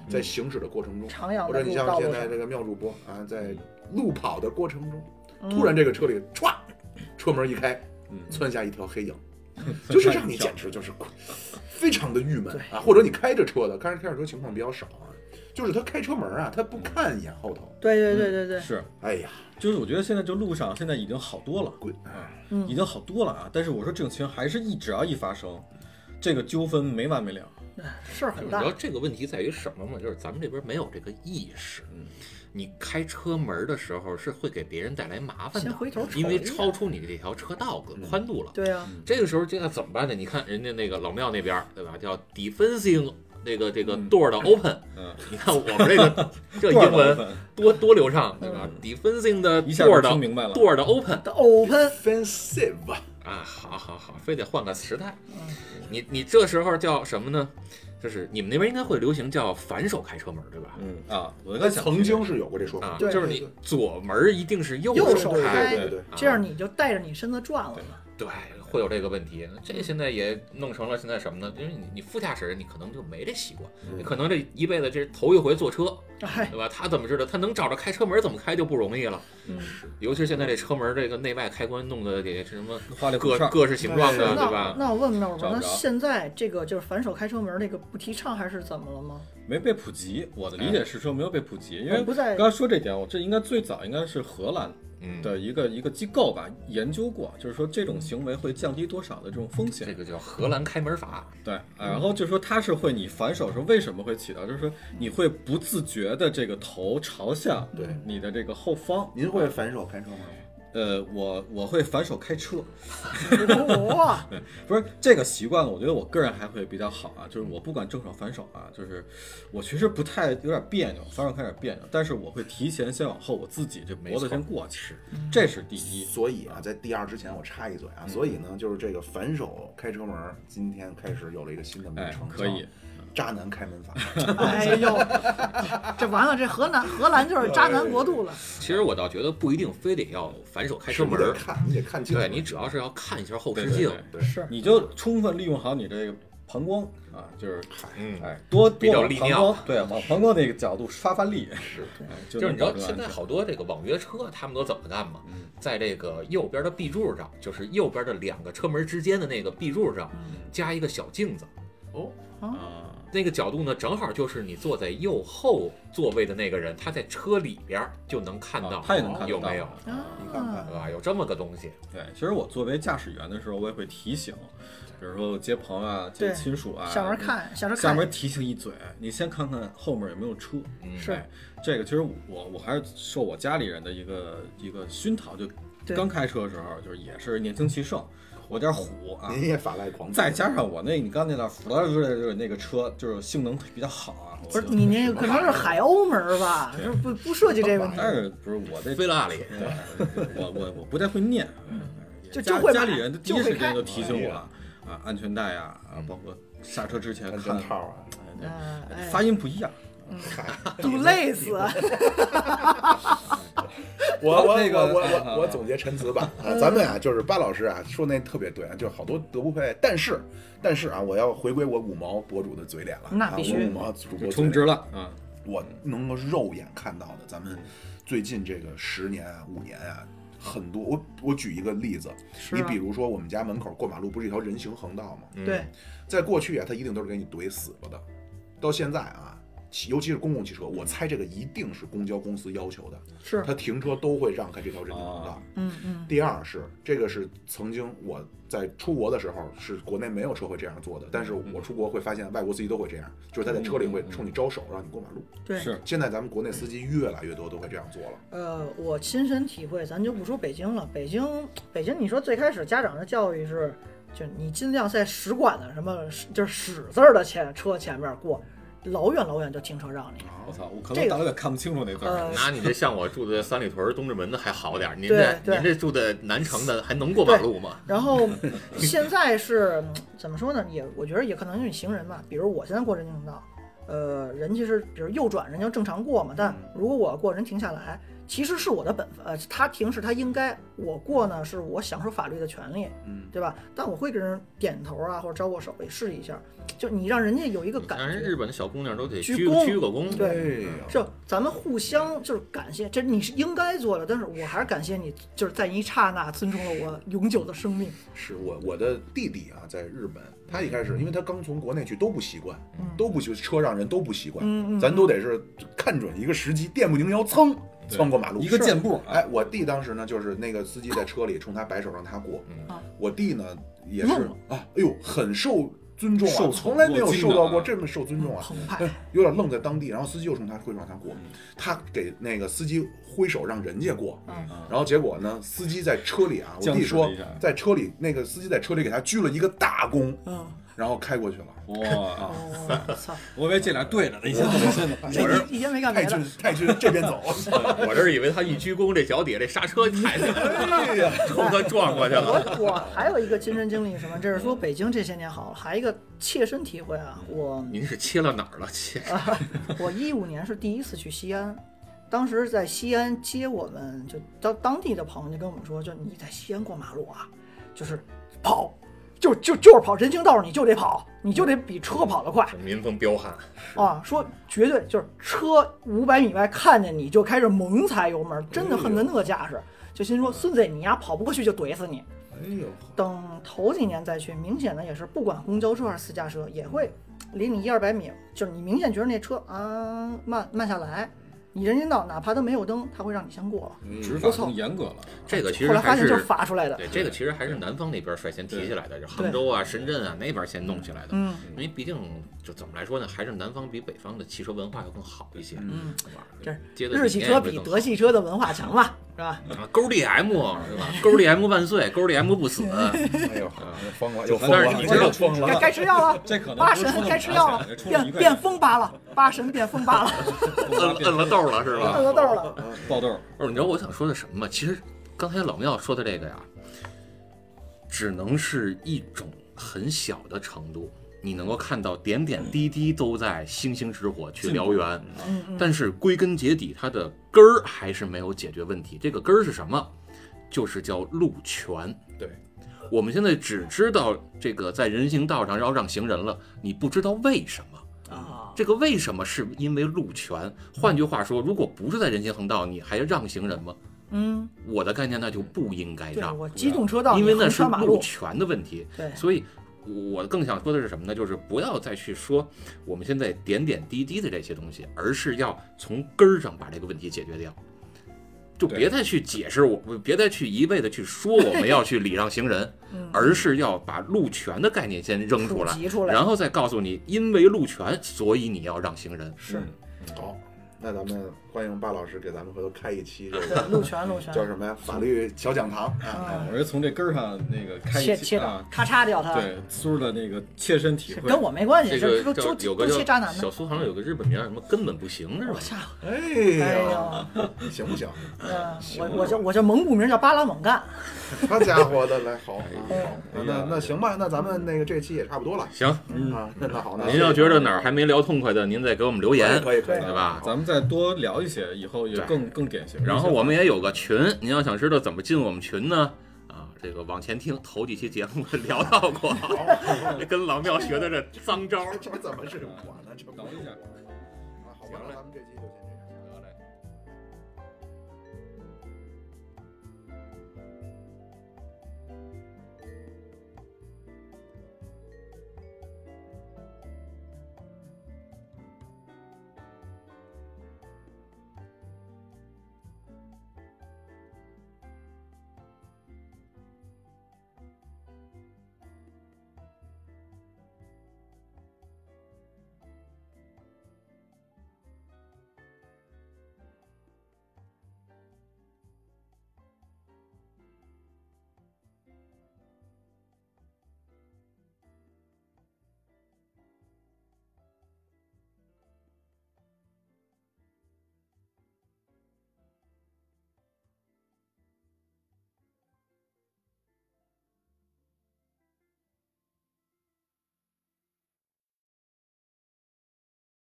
S1: 在行驶的过程中，
S3: 徜徉
S1: 或
S3: 在
S1: 者你
S3: 路
S1: 像
S3: 道
S1: 现
S3: 路
S1: 在
S3: 上，
S1: 这个妙主播啊，在路跑的过程中，
S3: 嗯
S1: 突然这个车里歘，车门一开，
S4: 嗯
S1: 窜下一条黑影， 就是让你简直就是非常的郁闷啊！或者你开着车的，开着开着车情况比较少啊，就是他开车门啊，他不看一眼后头，
S3: 对对对对对，
S4: 是，
S1: 哎呀，
S4: 就是我觉得现在就路上现在已经好多了，
S1: 滚！啊
S5: 嗯
S4: 已经好多了啊。但是我说这种情况还是一只要一发生，这个纠纷没完没了。
S3: 哎事儿很
S5: 你知
S3: 大
S5: 道，这个问题在于什么吗？就是咱们这边没有这个意识。
S3: 嗯
S5: 你开车门的时候是会给别人带来麻烦
S3: 先
S5: 的，
S3: 回头瞅
S5: 因为
S3: 一眼。
S5: 超出你这条车道的宽度了。
S3: 对啊，
S5: 这个时候这要怎么办呢？你看人家那个老庙那边，对吧？叫 defensing 这个这个
S4: 嗯
S5: door 的 open。
S4: 嗯，
S5: 你看我们这 个这英文多多流畅，对
S3: 嗯
S5: 吧？defensing 的
S4: 一下就
S5: door
S4: 听
S5: 的
S4: 明白了。
S5: door 的 open。
S3: 的 open，
S1: offensive，
S5: 啊，好好好，非得换个时代。
S3: 嗯
S5: 你你这时候叫什么呢？就是你们那边应该会流行叫反手开车门，对吧？
S4: 嗯啊，我
S1: 那
S4: 在想
S1: 曾经是有过这说法
S5: 啊，，
S3: 对
S5: 就是你左门一定是右
S3: 手
S1: 对
S5: 开，
S1: 对对对，
S3: 这样你就带着你身子转了嘛。
S5: 对会有这个问题。这现在也弄成了现在什么呢？因为你你副驾驶人你可能就没这习惯，
S3: 嗯
S5: 你可能这一辈子这是头一回坐车，
S3: 哎，
S5: 对吧？他怎么知道？他能找着开车门怎么开就不容易了。
S3: 嗯，
S5: 尤其是现在这车门这个内外开关弄的也是什么
S4: 花里胡
S5: 各
S4: 哨，
S5: 各式形状的，
S1: 嗯
S5: 对
S3: 那
S5: 吧？
S3: 那我问问那我说，
S4: 找不
S3: 那
S4: 着
S3: 现在这个就是反手开车门那个不提倡还是怎么了吗？
S4: 没被普及。我
S5: 嗯
S4: 的理解是说没有被普及，因为
S3: 不在
S4: 刚刚说这点，我这应该最早应该是荷兰
S5: 嗯，
S4: 的一个一个机构吧研究过，就是说这种行为会降低多少的这种风
S5: 这
S4: 险。
S5: 个叫荷兰开门法。
S4: 对，啊然后就是说它是会你反手是为什么会起到，就是说你会不自觉的这个头朝向
S1: 对
S4: 你的这个后方。
S1: 您会反手开车吗？
S5: 嗯
S4: 呃，我我会反手开车，
S3: 哇，
S4: 不是这个习惯，我觉得我个人还会比较好啊，就是我不管正手反手啊，就是我其实不太有点别扭，反手开始别扭，但是我会提前先往后，我自己这脖子先过去，这是第一。
S1: 所以啊，在第二之前我插一嘴啊，所以
S5: 嗯
S1: 呢，就是这个反手开车门儿，今天开始有了一个新的名
S4: 哎
S1: 称，，
S4: 可
S5: 嗯
S4: 以，
S1: 叫渣男开 门法。
S3: 哎呦，这完了，这荷兰荷兰就是渣男国度了。
S5: 其实我倒觉得不一定非得要反手开车门
S1: 是你得
S5: 儿，
S1: 看你得看清楚，
S5: 对你只要是要看一下后
S4: 对
S5: 视
S4: 对
S5: 镜，
S4: 对，
S1: 对
S3: 是，
S4: 你就充分利用好你这个膀胱啊，就是
S5: 嗯，
S4: 哎，多
S5: 比较
S4: 多往
S5: 利
S4: 膀
S5: 尿
S4: 胱，对，往膀胱那个角度发发力，
S1: 是
S4: 哎就
S5: 就是
S4: 能
S5: 你知道
S4: 保证
S5: 现
S4: 安
S5: 在
S4: 全。嗯
S5: 好多这个网约车他们都怎么干吗？在这个右边的壁柱上，就是右边的两个车门之间的那个壁柱上
S4: 嗯
S5: 加一个小镜子，
S1: 哦，
S4: 啊，
S5: 那个角度呢正好就是你坐在右后座位的那个人，他在车里边儿就能看到
S4: 啊他也能看得
S5: 有
S4: 到
S5: 没有，
S1: 你看看
S5: 对
S3: 啊，
S5: 吧？有这么个东西，
S4: 对，其实我作为驾驶员的时候，我也会提醒，比如说接朋友啊、接
S3: 对
S4: 亲属啊，
S3: 下面看，下面
S4: 下
S3: 看
S4: 面，提醒一嘴，你先看看后面有没有车。
S5: 嗯，
S3: 是
S4: 哎这个其实我我还是受我家里人的一个一个熏陶，就
S3: 对
S4: 刚开车的时候，就是也是年轻气盛，我有点虎啊。
S5: 嗯
S1: 您也法外狂徒，
S4: 再加上我那，你刚才那福特的那个车，就是性能比较好啊。
S3: 不是
S4: 我就
S3: 你那个可能是海鸥门吧？这不不涉及这个问题。
S4: 但是不是我这
S5: 菲拉里，
S4: 对我我我不太会念，
S3: 就
S4: 家
S3: 嗯就会买
S4: 家里人第
S3: 就
S4: 一
S3: 会
S4: 时间
S3: 开
S1: 哎
S4: 就提醒我啊，安全带呀啊，包括刹车之前
S1: 嗯安
S4: 看
S1: 全，套啊，
S4: 哎
S3: 嗯、
S4: 那
S3: 哎，
S4: 发音不一样。
S1: 嗨，
S3: 堵累死。嗯
S1: 我我
S4: 那个
S1: 我我我我总结陈词 吧啊，咱们啊就是巴老师啊说那特别对啊，就是好多德不配，但是但是啊，我要回归我五毛博主的嘴脸了，
S3: 那
S1: 啊
S3: 必须
S1: 我五毛主播
S5: 充
S1: 充
S5: 值了啊！
S1: 我能够肉眼看到的，咱们最近这个十年啊五年啊，很多我我举一个例子，
S3: 是
S1: 你
S3: 啊
S1: 比如说我们家门口过马路不是一条人行横道吗？
S5: 嗯
S3: 对，
S1: 在过去啊，它一定都是给你怼死了的，到现在啊。其尤其是公共汽车，我猜这个一定是公交公司要求的，
S3: 是，
S1: 它停车都会让开这条人行横道。
S3: 嗯嗯，
S1: 第二是这个是曾经我在出国的时候，是国内没有车会这样做的，但是我出国会发现外国司机都会这样，就是他在车里会冲你招手让你过马路。
S3: 对，
S4: 是
S1: 现在咱们国内司机越来越多都会这样做了，
S3: 呃，我亲身体会，咱就不说北京了，北京，北京，你说最开始家长的教育是，就你尽量在使馆的什么，就是使字儿的前车前面过，老远老远就停车让你。
S4: 我操，我可
S3: 这
S4: 能
S3: 个
S4: 打有点看不清楚那字儿。
S3: 呃，
S5: 拿你这像我住的三里屯、东直门的还好点儿，您
S3: 对
S5: 这
S3: 对
S5: 您这住的南城的还能过马路吗？
S3: 然后现在是 嗯怎么说呢？也我觉得也可能因为行人嘛，比如我现在过人行横道，呃，人其实比如右转人就正常过嘛，但如果我过人停下来，其实是我的本分，呃，他停是他应该，我过呢是我享受法律的权利，
S1: 嗯，
S3: 对吧？但我会跟人点头啊，或者招过手也试一下，就你让人家有一个感
S5: 让人
S3: 觉，
S5: 日本的小姑娘都得
S3: 鞠
S5: 鞠
S3: 躬
S5: 鞠个躬，
S3: 对
S1: 哎呀
S3: 是咱们互相就是感谢，这你是应该做的，但是我还是感谢你，就是在一刹那尊重了我永久的生命。
S1: 是我我的弟弟啊，在日本，他一开始因为他刚从国内去都不习惯，
S3: 嗯
S1: 都不习车让人都不习惯，
S3: 嗯嗯
S1: 咱都得是看准一个时机，电不宁腰噌
S4: 对
S1: 窜过马路，
S4: 一个箭步，啊
S1: 哎，我弟当时呢，就是那个司机在车里冲他摆手让他过
S5: 嗯
S3: 啊，
S1: 我弟呢也是
S3: 愣了
S1: 啊，哎呦，很受尊重啊，
S4: 受宠
S1: 从来没有
S4: 若惊
S1: 受
S4: 的
S1: 到
S4: 啊
S1: 过这么受尊重啊，
S3: 澎湃，
S1: 有点愣在当地，然后司机又冲他挥手让他
S5: 嗯
S1: 过，他给那个司机挥手让人家过，
S3: 嗯
S1: 然后结果呢，司机在车里啊，我
S4: 僵
S1: 弟
S4: 持
S1: 说
S4: 了一下
S1: 在车里那个司机在车里给他鞠了一个大躬，
S3: 嗯，
S1: 然后开过去了，
S3: 呃
S4: 哇，
S3: 哦，我操，
S4: 我以为这俩对
S1: 嗯
S4: 着呢，已经真的。
S1: 我
S3: 这
S1: 这
S3: 一一天没干
S1: 太
S3: 别的
S1: 君。太君这边走，
S5: 我这儿以为他一鞠躬，这脚底下这刹车踩下来，
S1: 哎 呀，
S5: 冲他撞过去了。
S3: 我我还有一个亲身经历是什么？这是说北京这些年好，还一个切身体会啊。我
S5: 您是切了哪儿了？切
S3: 啊我一五年是第一次去西安，当时在西安接我们就当当地的朋友就跟我们说，就你在西安过马路啊，就是跑，就就就是跑人行道，你就得跑，你就得比车跑得快
S5: 民风彪悍，
S3: 啊！说绝对就是车五百米外看见你就开始猛踩油门，真
S5: 哎
S3: 的恨得那架势，就心说孙子你丫跑不过去就怼死你。
S1: 哎呦，
S3: 等头几年再去，明显的也是不管公交车还是私家车，也会离你一二百米，就是你明显觉得那车啊慢慢下来，你人行道哪怕它没有灯，它会让你先过了。
S1: 嗯
S5: 嗯
S4: 执法更严格了，
S5: 这个其
S3: 后
S5: 实
S3: 来发
S5: 还
S3: 现就是是罚出来的。
S5: 对这个其实还是南方那边率先提起来的，就杭州啊、深圳啊那边先弄起来的。
S3: 嗯
S5: 因为毕竟就怎么来说呢，还是南方比北方的汽车文化要更好一些，
S1: 嗯
S3: 嗯，
S5: 对吧
S3: 这是
S5: 接的
S3: 日系车比德系车的文化强嘛，是 吧？
S5: 啊，勾 DM 是吧？勾 DM 万岁，勾 DM 不 死。
S1: 哎呦，疯了，又
S4: 就
S1: 疯
S5: 但是
S1: 了，
S5: 你
S1: 又
S5: 知道
S1: 疯
S3: 该
S1: 了，
S3: 该吃药了，
S4: 这可能
S3: 八
S4: 不是冲
S3: 神该
S4: 着你
S3: 吃药了
S4: 而起来，冲着
S3: 变
S4: 一个
S3: 变
S4: 人
S3: 风八了，八神变风 八了，
S5: 摁 摁了豆了是吧？
S3: 饿了豆了。
S4: 爆豆儿，
S5: 哦，你知道我想说的什么吗？其实刚才老庙说的这个呀，只能是一种很小的程度，你能够看到点点滴滴都在星星之火去燎原，
S3: 嗯嗯，
S5: 但是归根结底，它的根儿还是没有解决问题。这个根儿是什么？就是叫路权。
S1: 对，
S5: 我们现在只知道这个在人行道上要让行人了，你不知道为什么。
S3: 啊，
S5: 这个为什么是因为路权？换句话说，如果不是在人行横道，你还让行人吗？
S3: 嗯，
S5: 我的概念那就不应该
S3: 对啊
S5: 让，
S3: 我机动车道，
S5: 因为那
S3: 你横
S5: 是
S3: 穿马
S5: 路
S3: 路，
S5: 权的问题。
S3: 对，
S5: 所以，我更想说的是什么呢？就是不要再去说我们现在点点滴滴的这些东西，而是要从根儿上把这个问题解决掉。就
S1: 对
S5: 别再去解释我，别再去一味的去说我们要去礼让行人，
S3: 嗯
S5: 而是要把路权的概念先扔出
S3: 普
S5: 来，
S3: 及出来
S5: 然后再告诉你，因为路权，所以你要让行人。
S3: 是
S1: 好，那咱们欢迎巴老师给咱们回头开一期这
S3: 对，
S1: 个
S3: 路权路权，
S1: 叫什么呀？法律小讲堂啊，
S3: 啊
S4: 我，是从这根儿上那个开
S3: 切切
S4: 一期
S3: 掉
S4: 啊，，
S3: 咔嚓掉它，
S5: 嗯
S4: 对苏的那个切身体
S3: 是
S4: 会，
S3: 跟我没关
S5: 这
S3: 系，是
S5: 个
S3: 都
S5: 叫
S3: 都
S5: 有
S3: 都
S5: 个
S3: 切渣
S5: 叫
S3: 男的啊
S5: 小。苏好像有个日本名儿什么根本不行是吧
S3: 我？操！
S1: 哎
S4: 啊
S3: 哎
S1: 呀，
S3: 呀，
S1: 行不行？
S3: 嗯，我我这我这蒙古名叫巴拉蒙干，
S1: 好家伙的，来好，啊
S5: 哎
S1: 好，那那那行吧，那咱们那个这期也差不多了
S5: 行，
S1: 啊，那那好，那
S5: 嗯您要觉得哪儿还没聊痛快的，您再给我们留言，
S1: 可以可以，
S5: 对吧？
S4: 啊咱们再多聊一些，以后也
S5: 对
S4: 更更典型。
S5: 然后我们也有个群，您要想知道怎么进我们群呢？啊，这个往前听头几期节目 聊到过， 跟老庙学的这脏招儿。
S1: 这怎么是我呢？这不
S4: 等
S1: 是
S4: 一下
S1: 我啊，好吧，那咱们这期就先这样。